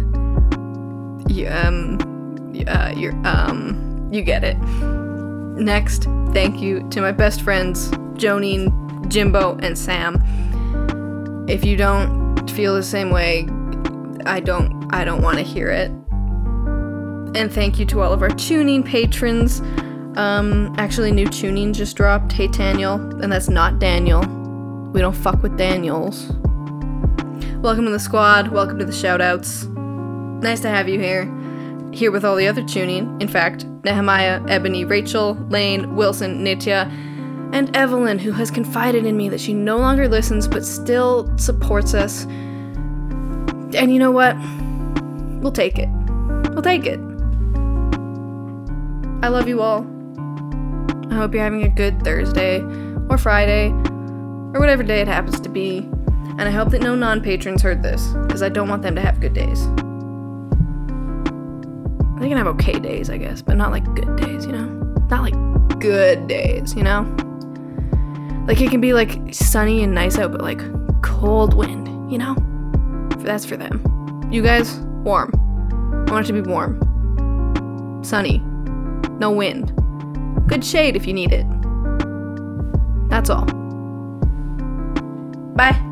S2: you, um y- uh, your um you get it. Next, thank you to my best friends Jonine, Jimbo, and Sam. If you don't feel the same way, I don't I don't want to hear it. And thank you to all of our tuning patrons. Um, actually, new tuning just dropped. Hey, Daniel, and that's not Daniel. We don't fuck with Daniels. Welcome to the squad. Welcome to the shoutouts. Nice to have you here. Here with all the other tuning. In fact, Nehemiah, Ebony, Rachel, Lane, Wilson, Nitya, and Evelyn, who has confided in me that she no longer listens but still supports us. And you know what? We'll take it. We'll take it. I love you all. I hope you're having a good Thursday or Friday or whatever day it happens to be. and I hope that no non patrons heard this, because I don't want them to have good days. They can have okay days, I guess, but not like good days, you know? Not like good days, you know? Like it can be like sunny and nice out, but like cold wind, you know? That's for them. You guys, warm. I want it to be warm. Sunny. No wind. Good shade if you need it. That's all. Bye.